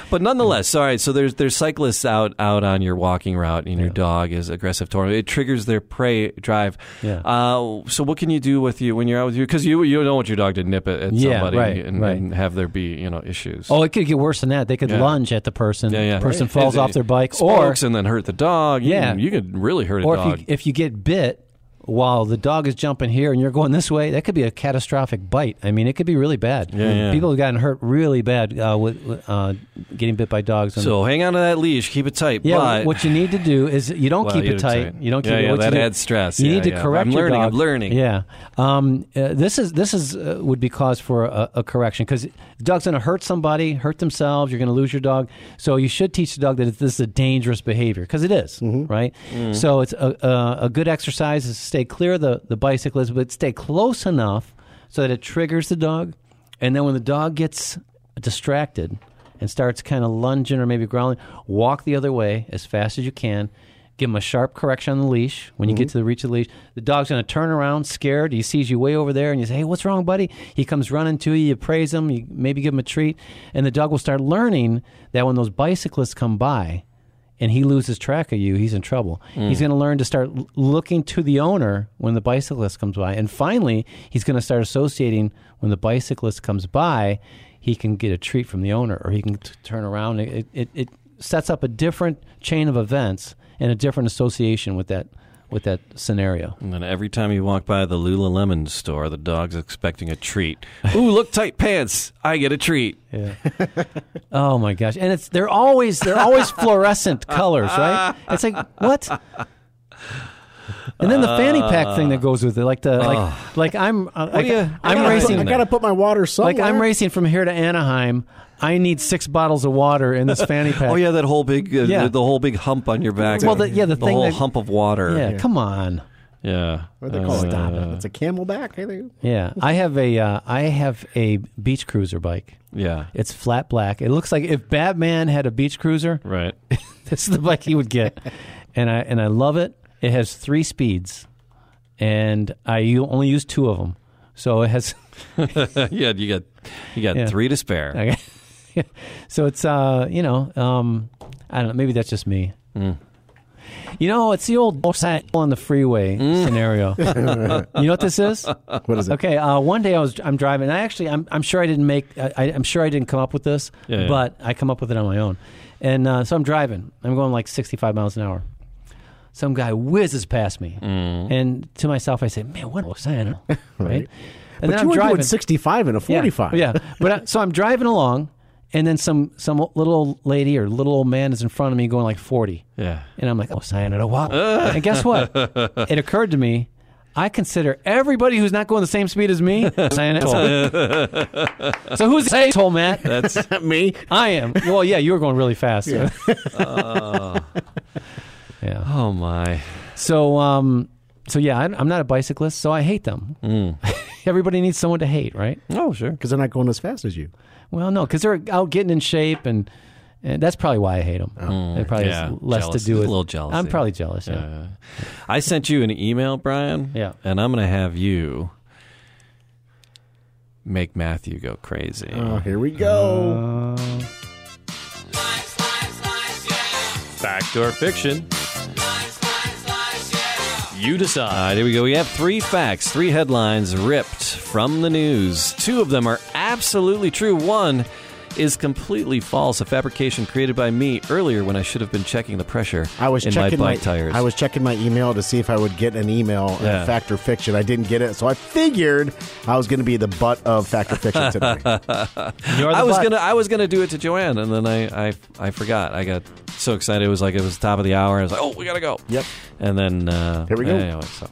but nonetheless, all right. So there's there's cyclists out out on your walking route, and your dog is aggressive toward it. Triggers their prey drive.
Yeah.
Uh, so what can you do with you when you're out with you? Because you you don't want your dog to nip it at
Yeah,
somebody
right,
and,
right.
and have there be you know issues.
Oh, it could get worse than that. They could
Yeah.
lunge at the person.
Yeah, yeah.
Person
Right.
falls
It-
off their bike, or
sparks and then hurt the dog. You
Yeah.
can, you could really hurt a
or
dog.
if you if you get bit while the dog is jumping here and you're going this way, that could be a catastrophic bite. I mean, it could be really bad.
Yeah, yeah.
People have gotten hurt really bad uh, with with, uh, getting bit by dogs. And-
so hang on to that leash, keep it tight.
yeah,
but,
what you need to do is you don't
Well,
keep
you
it tight.
tight.
You don't keep
Yeah,
it.
yeah,
what you
that
do-
adds stress.
You
Yeah,
need to
yeah.
correct.
I'm
your
learning, I'm
dog.
learning.
Yeah. Um, uh, this is this is uh, would be cause for a, a correction because dog's going to hurt somebody, hurt themselves. You're going to lose your dog. So you should teach the dog that this is a dangerous behavior because it is,
Mm-hmm.
right? So it's a, a, a good exercise is to stay clear of the the bicyclist, but stay close enough so that it triggers the dog, and then when the dog gets distracted and starts kind of lunging or maybe growling, walk the other way as fast as you can. Give him a sharp correction on the leash. When you get to the reach of the leash, the dog's going to turn around, scared. He sees you way over there, and you say, "Hey, what's wrong, buddy?" He comes running to you. You praise him. You maybe give him a treat, and the dog will start learning that when those bicyclists come by, and he loses track of you, he's in trouble. He's going to learn to start l- looking to the owner when the bicyclist comes by. And finally, he's going to start associating when the bicyclist comes by, he can get a treat from the owner or he can t- turn around. It, it, it sets up a different chain of events and a different association with that with that scenario.
And then every time you walk by the Lululemon store, the dog's expecting a treat. Ooh, look, tight pants. I get a treat.
Yeah. oh my gosh. And it's they're always they're always fluorescent colors, right? It's like what? And then the fanny pack thing that goes with it, like the like like I'm uh, like,
Oh. do you- I
I'm
gotta put-
racing.
I gotta put my water somewhere.
like I'm racing from here to Anaheim. I need six bottles of water in this fanny pack.
Oh yeah, that whole big uh,
Yeah.
the, the whole big hump on your back.
Well, the- yeah, the thing
whole
that-
hump of water.
yeah. Come on.
yeah. Uh,
What do they call it?
Stop it.
It's a camelback. I think.
Yeah, I have a uh, I have a beach cruiser bike.
Yeah.
It's flat black. It looks like if Batman had a beach cruiser,
Right.
this is the bike he would get. And I and I love it. It has three speeds, and I u- only use two of them. So it has.
yeah, you got you got
Yeah.
three to spare.
so it's uh you know um I don't know maybe that's just me.
Mm.
You know, it's the old on the freeway scenario. you know what this is?
Mm. What is it?
Okay, uh, one day I was I'm driving. And I actually I'm, I'm sure I didn't make I, I- I'm sure I didn't come up with this,
Yeah, yeah.
but I come up with it on my own. And uh, so I'm driving. I'm going like 65 miles an hour. Some guy whizzes past me,
Mm.
and to myself I say, "Man, what was that?" right? And
But you were doing 65 and a
Yeah,
45.
Yeah, but I, so I'm driving along, and then some some little old lady or little old man is in front of me going like 40.
Yeah.
And I'm like, oh, cyanide, wow. and guess what? It occurred to me, I consider everybody who's not going the same speed as me cyanide. so who's the asshole, Matt?
That's
Me?
I am. Well, yeah, you were going really fast. Yeah. yeah.
oh my.
So, um, so yeah, I'm, I'm not a bicyclist, so I hate them. everybody needs someone to hate, right?
Oh sure.
Because they're not going as fast as you.
Well, no, because they're out getting in shape, and, and that's probably why I hate them.
Oh.
It probably
Yeah,
has less
jealousy.
to do with
A little jealousy.
I'm probably jealous. Yeah.
Uh, I sent you an email, Brian.
Yeah.
And I'm gonna have you make Matthew go crazy.
Oh, here we go.
Backdoor fiction. You decide. Here we go. We have three facts, three headlines ripped from the news. Two of them are absolutely true. One is completely false, a fabrication created by me earlier when I should have been checking the pressure
I was
in
checking
my bike tires.
I was checking my email to see if I would get an email
Yeah.
at Factor Fiction. I didn't get it, so I figured I was going to be the butt of Factor Fiction today.
You're the
I was
butt.
gonna I was gonna do it to Joanne and then I, I I forgot. I got so excited. It was like it was top of the hour. I was like, oh, we gotta go.
Yep.
And then uh,
Here we go.
anyway, so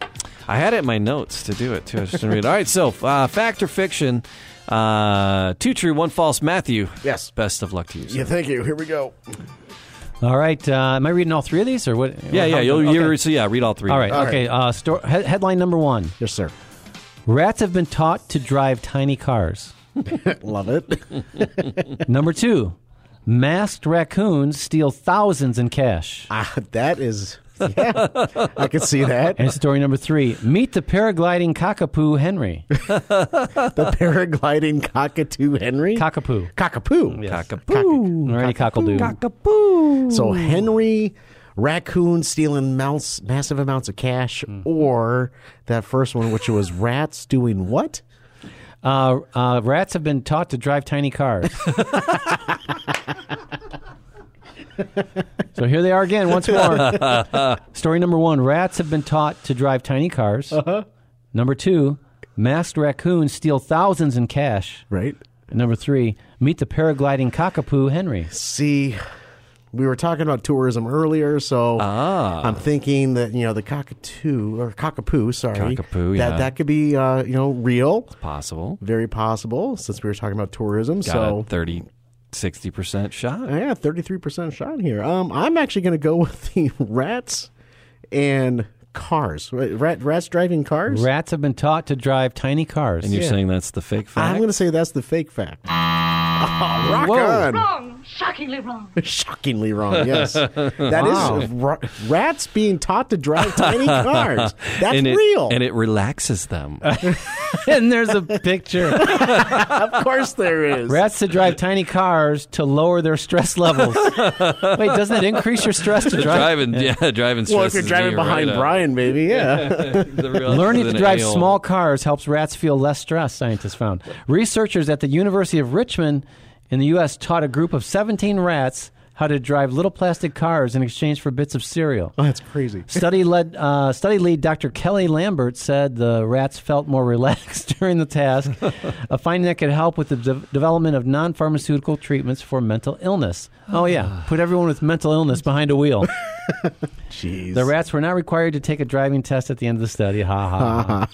I had it in my notes to do it too. I just didn't read. it. All right, so uh, fact or fiction? Uh, two true, one false. Matthew.
Yes.
Best of luck to you. sir.
yeah, thank you. Here we go.
All right. Uh, am I reading all three of these, or what?
Yeah, yeah.
how-
You'll,
okay.
you're, so yeah, read all three.
all right.
All right.
okay. Uh, sto- he- headline number one:
Yes, sir.
Rats have been taught to drive tiny cars.
Love it.
number two: Masked raccoons steal thousands in cash.
Ah, that is. Yeah, I can see that.
And story number three: Meet the paragliding cockapoo Henry.
The paragliding cockatoo Henry.
Cockapoo.
cockapoo.
Cockapoo.
Alrighty, cockledoo.
Cockapoo.
So Henry raccoon stealing mounts, massive amounts of cash,
Mm-hmm.
or that first one, which was rats doing what?
Uh, uh, rats have been taught to drive tiny cars. so here they are again, once more. Story number one rats have been taught to drive tiny cars. Uh-huh. Number two, masked raccoons steal thousands in cash.
Right.
And number three, meet the paragliding cockapoo Henry.
See, we were talking about tourism earlier, so
Ah.
I'm thinking that you know the cockatoo or cockapoo, sorry,
Cockapoo,
that
yeah.
that could be uh, you know real,
Possible.
very possible since we were talking about tourism.
Got
so
a 30, 60 percent shot.
Yeah, thirty-three percent shot here. Um, I'm actually going to go with the rats and cars. Rat, rats driving cars.
Rats have been taught to drive tiny cars.
And you're
Yeah.
saying that's the fake fact?
I'm going to say that's the fake fact. Oh, rock on!
Wrong, shockingly wrong.
Shockingly wrong. Yes, that is ra- rats being taught to drive tiny cars. That's
and it,
real.
And it relaxes them.
and there's a picture.
of course, there is.
Rats to drive tiny cars to lower their stress levels. Wait, doesn't it increase your stress to drive?
driving, yeah, driving.
well, if
stresses
you're
me
driving
right
behind
up.
Brian, maybe yeah.
The real-
Learning to
than
drive
ale.
small cars helps rats feel less stress, scientists found. Researchers at the University of Richmond in the U.S. taught a group of 17 rats how to drive little plastic cars in exchange for bits of cereal.
Oh, that's crazy.
Study led uh, study lead Dr. Kelly Lambert said the rats felt more relaxed during the task, a finding that could help with the de- development of non pharmaceutical treatments for mental illness. Oh yeah, put everyone with mental illness behind a wheel.
Jeez.
The rats were not required to take a driving test at the end of the study. Ha ha. ha.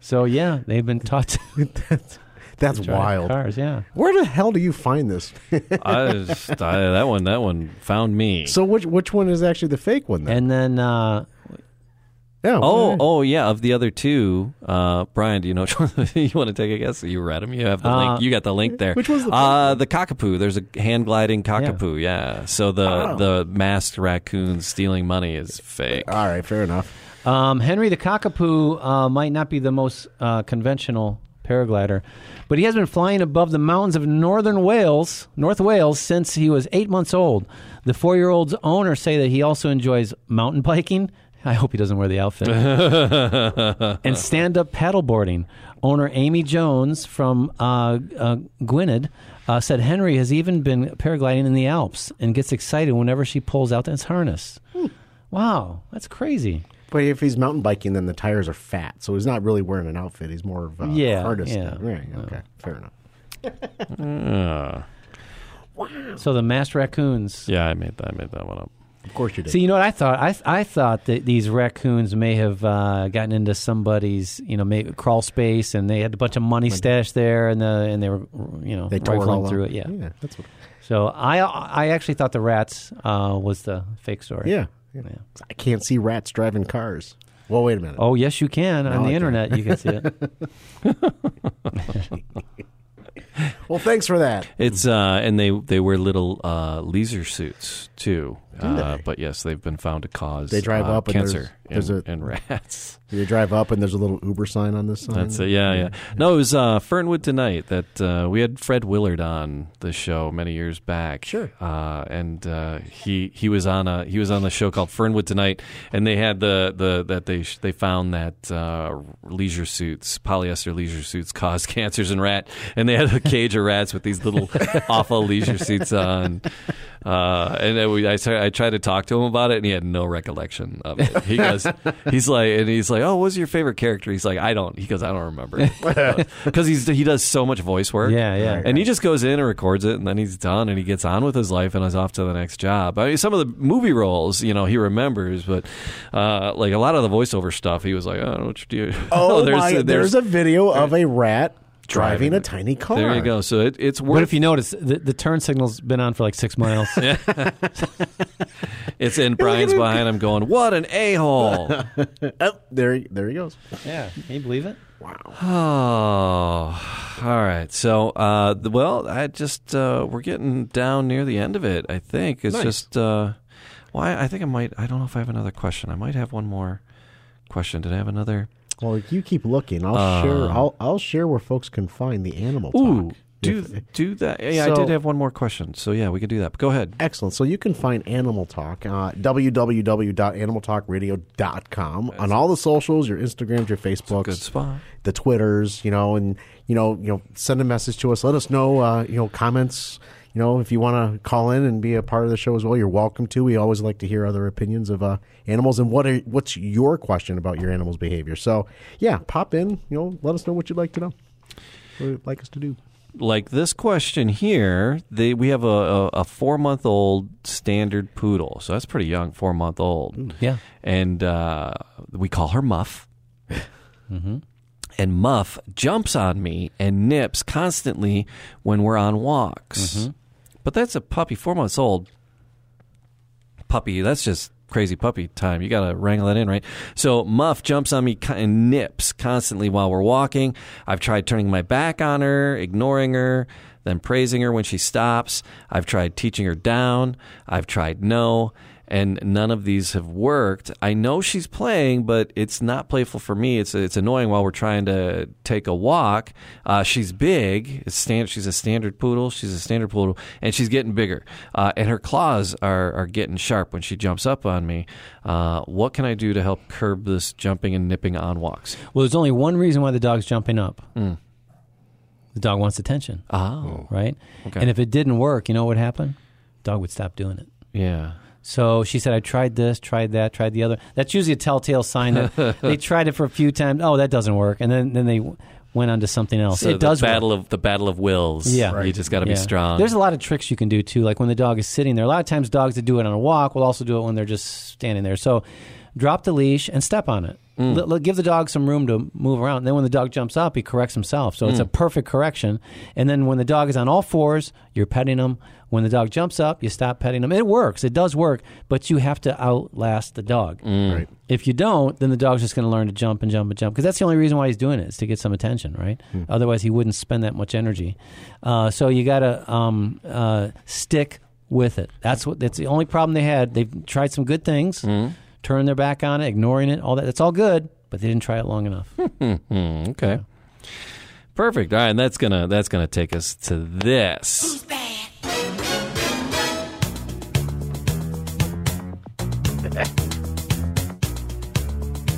so yeah, they've been taught to
that's that's
drive
wild.
cars. Yeah.
Where the hell do you find this?
I, just- I- that one, that one found me.
so which which one is actually the fake one then?
And then uh,
yeah.
oh, oh yeah. Of the other two, uh, Brian, do you know which one? you want to take a guess? You read them. You have the
Uh,
link. You got the link there.
Which one's the
uh, the cockapoo? There's a hand gliding cockapoo. Yeah. So
Oh.
the the masked raccoon stealing money is fake.
All right, fair enough.
Um, Henry the Cockapoo uh, might not be the most uh, conventional paraglider, but he has been flying above the mountains of northern Wales, North Wales, since he was eight months old. The four year old's owner say that he also enjoys mountain biking. I hope he doesn't wear the outfit. and stand up paddleboarding. Owner Amy Jones from uh, uh, Gwynedd uh, said Henry has even been paragliding in the Alps and gets excited whenever she pulls out his harness. Wow, that's crazy.
But if he's mountain biking, then the tires are fat, so he's not really wearing an outfit. He's more of a
Yeah,
artist.
yeah.
Right, okay, fair enough.
So the masked raccoons.
Yeah, I made that. I made that one up.
Of course you did.
See, you know what I thought? I I thought that these raccoons may have uh, gotten into somebody's you know may, crawl space, and they had a bunch of money stashed there, and the and they were you know
they tore it
rifling
all
through
up.
it. Yeah.
yeah, that's what,
So I I actually thought the rats uh, was the fake story.
yeah, yeah. I can't see rats driving cars. Well, wait a minute.
Oh yes, you can
I
on the
can.
internet. You can see it.
Well, thanks for that.
It's uh, and they they wear little uh, leisure suits too. Uh, but yes, they've been found to cause
They drive
uh,
up and
cancer
there's-
in,
there's a-
in rats.
You drive up and there's a little Uber sign on this sign.
That's it. Yeah, yeah. No, it was uh, Fernwood tonight that uh, we had Fred Willard on the show many years back.
Sure.
Uh, and uh, he he was on a he was on the show called Fernwood Tonight, and they had the the that they sh- they found that uh, leisure suits polyester leisure suits cause cancers in rat, and they had a cage of rats with these little awful leisure suits on. Uh, and then we, I, started, I tried to talk to him about it, and he had no recollection of it. He goes, he's like, and he's like, oh, what's your favorite character? He's like, I don't. He goes, I don't remember, because he's he does so much voice work.
Yeah, yeah.
And he just goes in and records it, and then he's done, and he gets on with his life, and is off to the next job. I mean, some of the movie roles, you know, he remembers, but uh, like a lot of the voiceover stuff, he was like, I don't know what you do.
Oh, my, there's, a video of a rat driving,
Driving
a
it.
tiny car.
there you go. So it, it's worth.
But if you notice, the, the turn signal's been on for like six miles.
it's in Brian's behind him going, what an a hole.
Oh, there, he- there he goes.
yeah, can you believe it?
Oh, all right. So, uh, th- well, I just uh, we're getting down near the end of it. I think it's
Nice.
just. Uh, well, I, I think I might. I don't know if I have another question. I might have one more question. Did I have another?
Well, you keep looking. I'll share. I'll, I'll share where folks can find the animal
Ooh,
talk.
do do that. Yeah, I
So-
did have one more question. So yeah, we can do that. But go ahead.
Excellent. So you can find Animal Talk uh, www.animaltalkradio.com on all the socials, your Instagrams, your
Good
Facebooks,
spot.
the Twitters, you know, and you know, you know, send a message to us. Let us know, uh, you know, comments. You know, if you want to call in and be a part of the show as well, you're welcome to. We always like to hear other opinions of uh, animals and what are, what's your question about your animal's behavior. So yeah, pop in. You know, let us know what you'd like to know. What you'd like us to do.
like this question here, they, we have a, a, a four month old standard poodle. So that's pretty young, four month old.
yeah.
And uh, we call her Muff. And Muff jumps on me and nips constantly when we're on walks. But that's a puppy, four months old. Puppy, that's just crazy puppy time. You got to wrangle that in, right? So Muff jumps on me co- and nips constantly while we're walking. I've tried turning my back on her, ignoring her, then praising her when she stops. I've tried teaching her down. I've tried no. And none of these have worked. I know she's playing, but it's not playful for me. It's it's annoying while we're trying to take a walk. Uh, she's big. It's stand, she's a standard poodle. She's a standard poodle, and she's getting bigger. Uh, and her claws are, are getting sharp when she jumps up on me. Uh, what can I do to help curb this jumping and nipping on walks?
Well, there's only one reason why the dog's jumping up.
Hmm.
The dog wants attention,
Oh,
right?
Okay.
Oh. And if it didn't work, you know what would happen? dog would stop doing it.
Yeah.
So she said, I tried this, tried that, tried the other. That's usually a telltale sign that they tried it for a few times. Oh, that doesn't work. And then, then they w- went on to something else.
So
it
the
does work.
battle of the battle of wills.
Yeah.
you just got to be
Yeah.
strong.
There's a lot of tricks you can do too. Like when the dog is sitting there. A lot of times, dogs that do it on a walk will also do it when they're just standing there. So, drop the leash and step on it.
Mm.
Let- let- give the dog some room to move around. And then when the dog jumps up, he corrects himself. So
Mm.
it's a perfect correction. And then when the dog is on all fours, you're petting him. When the dog jumps up, you stop petting him. It works. It does work, but you have to outlast the dog.
Right.
If you don't, then the dog's just going to learn to jump and jump and jump because that's the only reason why he's doing it is to get some attention, right?
Hmm.
Otherwise, he wouldn't spend that much energy. Uh, so you got to um, uh, stick with it. That's what. That's the only problem they had. They've tried some good things,
Hmm.
turning their back on it, ignoring it, all that. That's all good, but they didn't try it long enough.
Hmm.
okay.
Perfect. All right, and that's gonna that's gonna take us to this.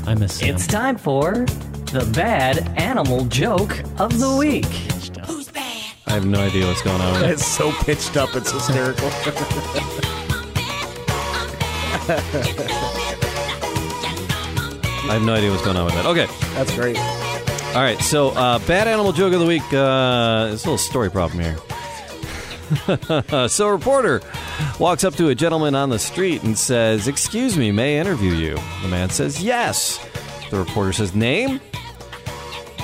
I miss Sam.
It's time for the bad animal joke of the week.
I have no idea what's going on. With
It's so pitched up, it's hysterical.
that. I have no idea what's going on with that. Okay.
That's great.
All right. So, uh, bad animal joke of the week. Uh, it's a little story problem here. so, a reporter walks up to a gentleman on the street and says, "Excuse me, may I interview you?" The man says, "Yes." The reporter says, "Name?"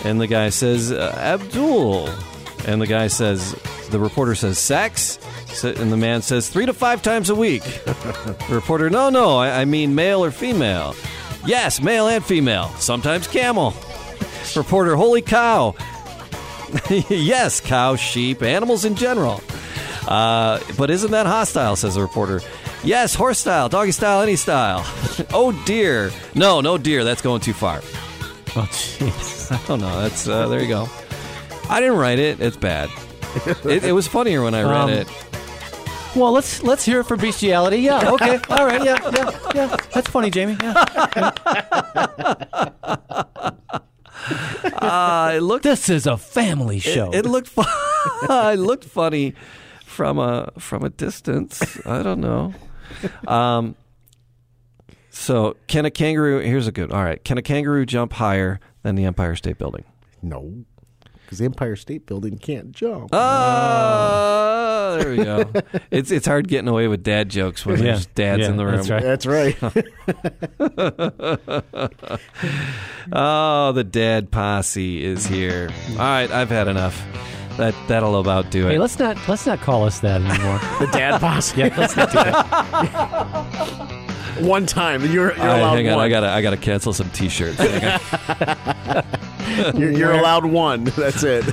And the guy says, uh, "Abdul." And the guy says, "The reporter says sex." So- And the man says, three to five times a week. The reporter, no, no, I, I mean male or female. Yes, male and female. Sometimes camel. Reporter, holy cow. yes, cow, sheep, animals in general. Uh, but isn't that hostile, says the reporter. Yes, horse style, doggy style, any style. oh dear. No, no dear, that's going too far.
Oh, jeez.
I don't know. That's uh, there you go. I didn't write it. It's bad. It, it was funnier when I read
Um,
it.
Well, let's let's hear it for bestiality. Yeah. Okay. All right. Yeah. Yeah. Yeah. That's funny, Jamie. Yeah.
Uh, it looked
This is a family show.
It looked fun. it looked funny from a from a distance. I don't know. Um, so can a kangaroo? Here's a good. All right, can a kangaroo jump higher than the Empire State Building?
No. Because the Empire State Building can't jump.
Oh, there we go. it's it's hard getting away with dad jokes when
Yeah.
there's dads
Yeah,
in the room.
that's right.
That's right.
Oh, the dad posse is here. All right, I've had enough. That that'll about do it.
hey, let's not let's not call us that anymore.
the dad boss.
yeah. Let's not do that.
One time. You're, you're
All right,
allowed
hang on,
one.
I gotta I gotta cancel some t-shirts. Hang on.
You're, you're allowed one. That's it.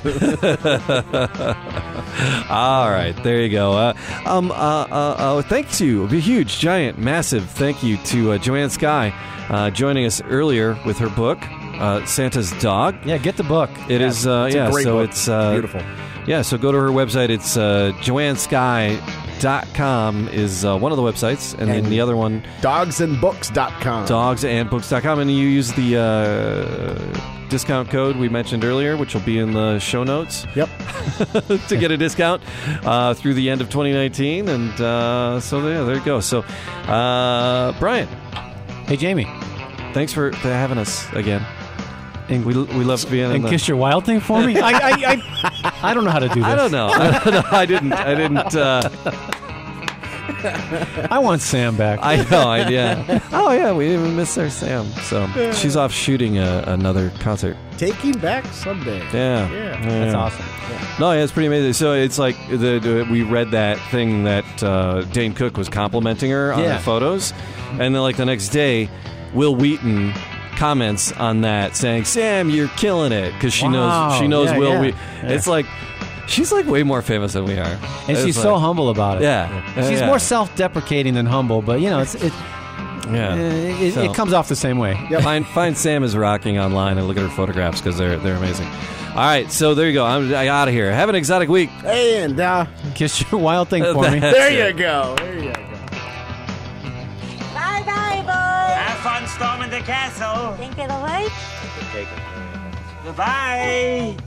All right, there you go. Uh, um, uh, uh, uh, thank you, a huge, giant, massive thank you to uh, Joanne Sky uh, joining us earlier with her book, uh, Santa's Dog.
Yeah. Get the book.
It is, uh,
It's a
yeah,
great
so
book.
it's uh,
beautiful.
Yeah, so go to her website. It's uh, joannesky.com is uh, one of the websites, and, then
And-
the other one,
Dogsandbooks.com.
dogsandbooks.com. And you use the uh, discount code we mentioned earlier, which will be in the show notes.
Yep.
to get a discount uh, through the end of 2019. And uh, so yeah, there you go. So uh, Brian, uh,
Hey, Jamie.
thanks for, for having us again. And we, we love being in
and
the-
kiss your wild thing for me. I, I, I, I don't know how to do this.
I don't know. I don't know. I didn't. I didn't. Uh,
I want Sam back.
I know. I, yeah. Oh yeah. We didn't even miss our Sam. So she's off shooting a, another concert.
Taking back Sunday.
Yeah.
Yeah.
That's
Yeah.
awesome.
No, yeah, it's pretty amazing. So it's like the, the- we read that thing that uh, Dane Cook was complimenting her on
Yeah.
her photos, and then like the next day, Will Wheaton comments on that saying, "Sam, you're killing it," because she knows
Wow.
she knows
Yeah,
Will.
yeah.
Wheaton. It's like she's like way more famous than we are,
And she's so humble about it.
Yeah.
She's
Yeah.
more self-deprecating than humble, but you know, it's, it, uh,
Yeah.
it,
So-
it comes off the same way.
Find, find Sam is rocking online and look at her photographs because they're they're amazing. All right, so there you go. I'm, I out of here. Have an exotic week.
And uh,
Kiss your wild thing
Uh,
for me.
there you go. There you go.
Bye bye, boys.
Have fun storming the castle.
Think of the light.
Goodbye.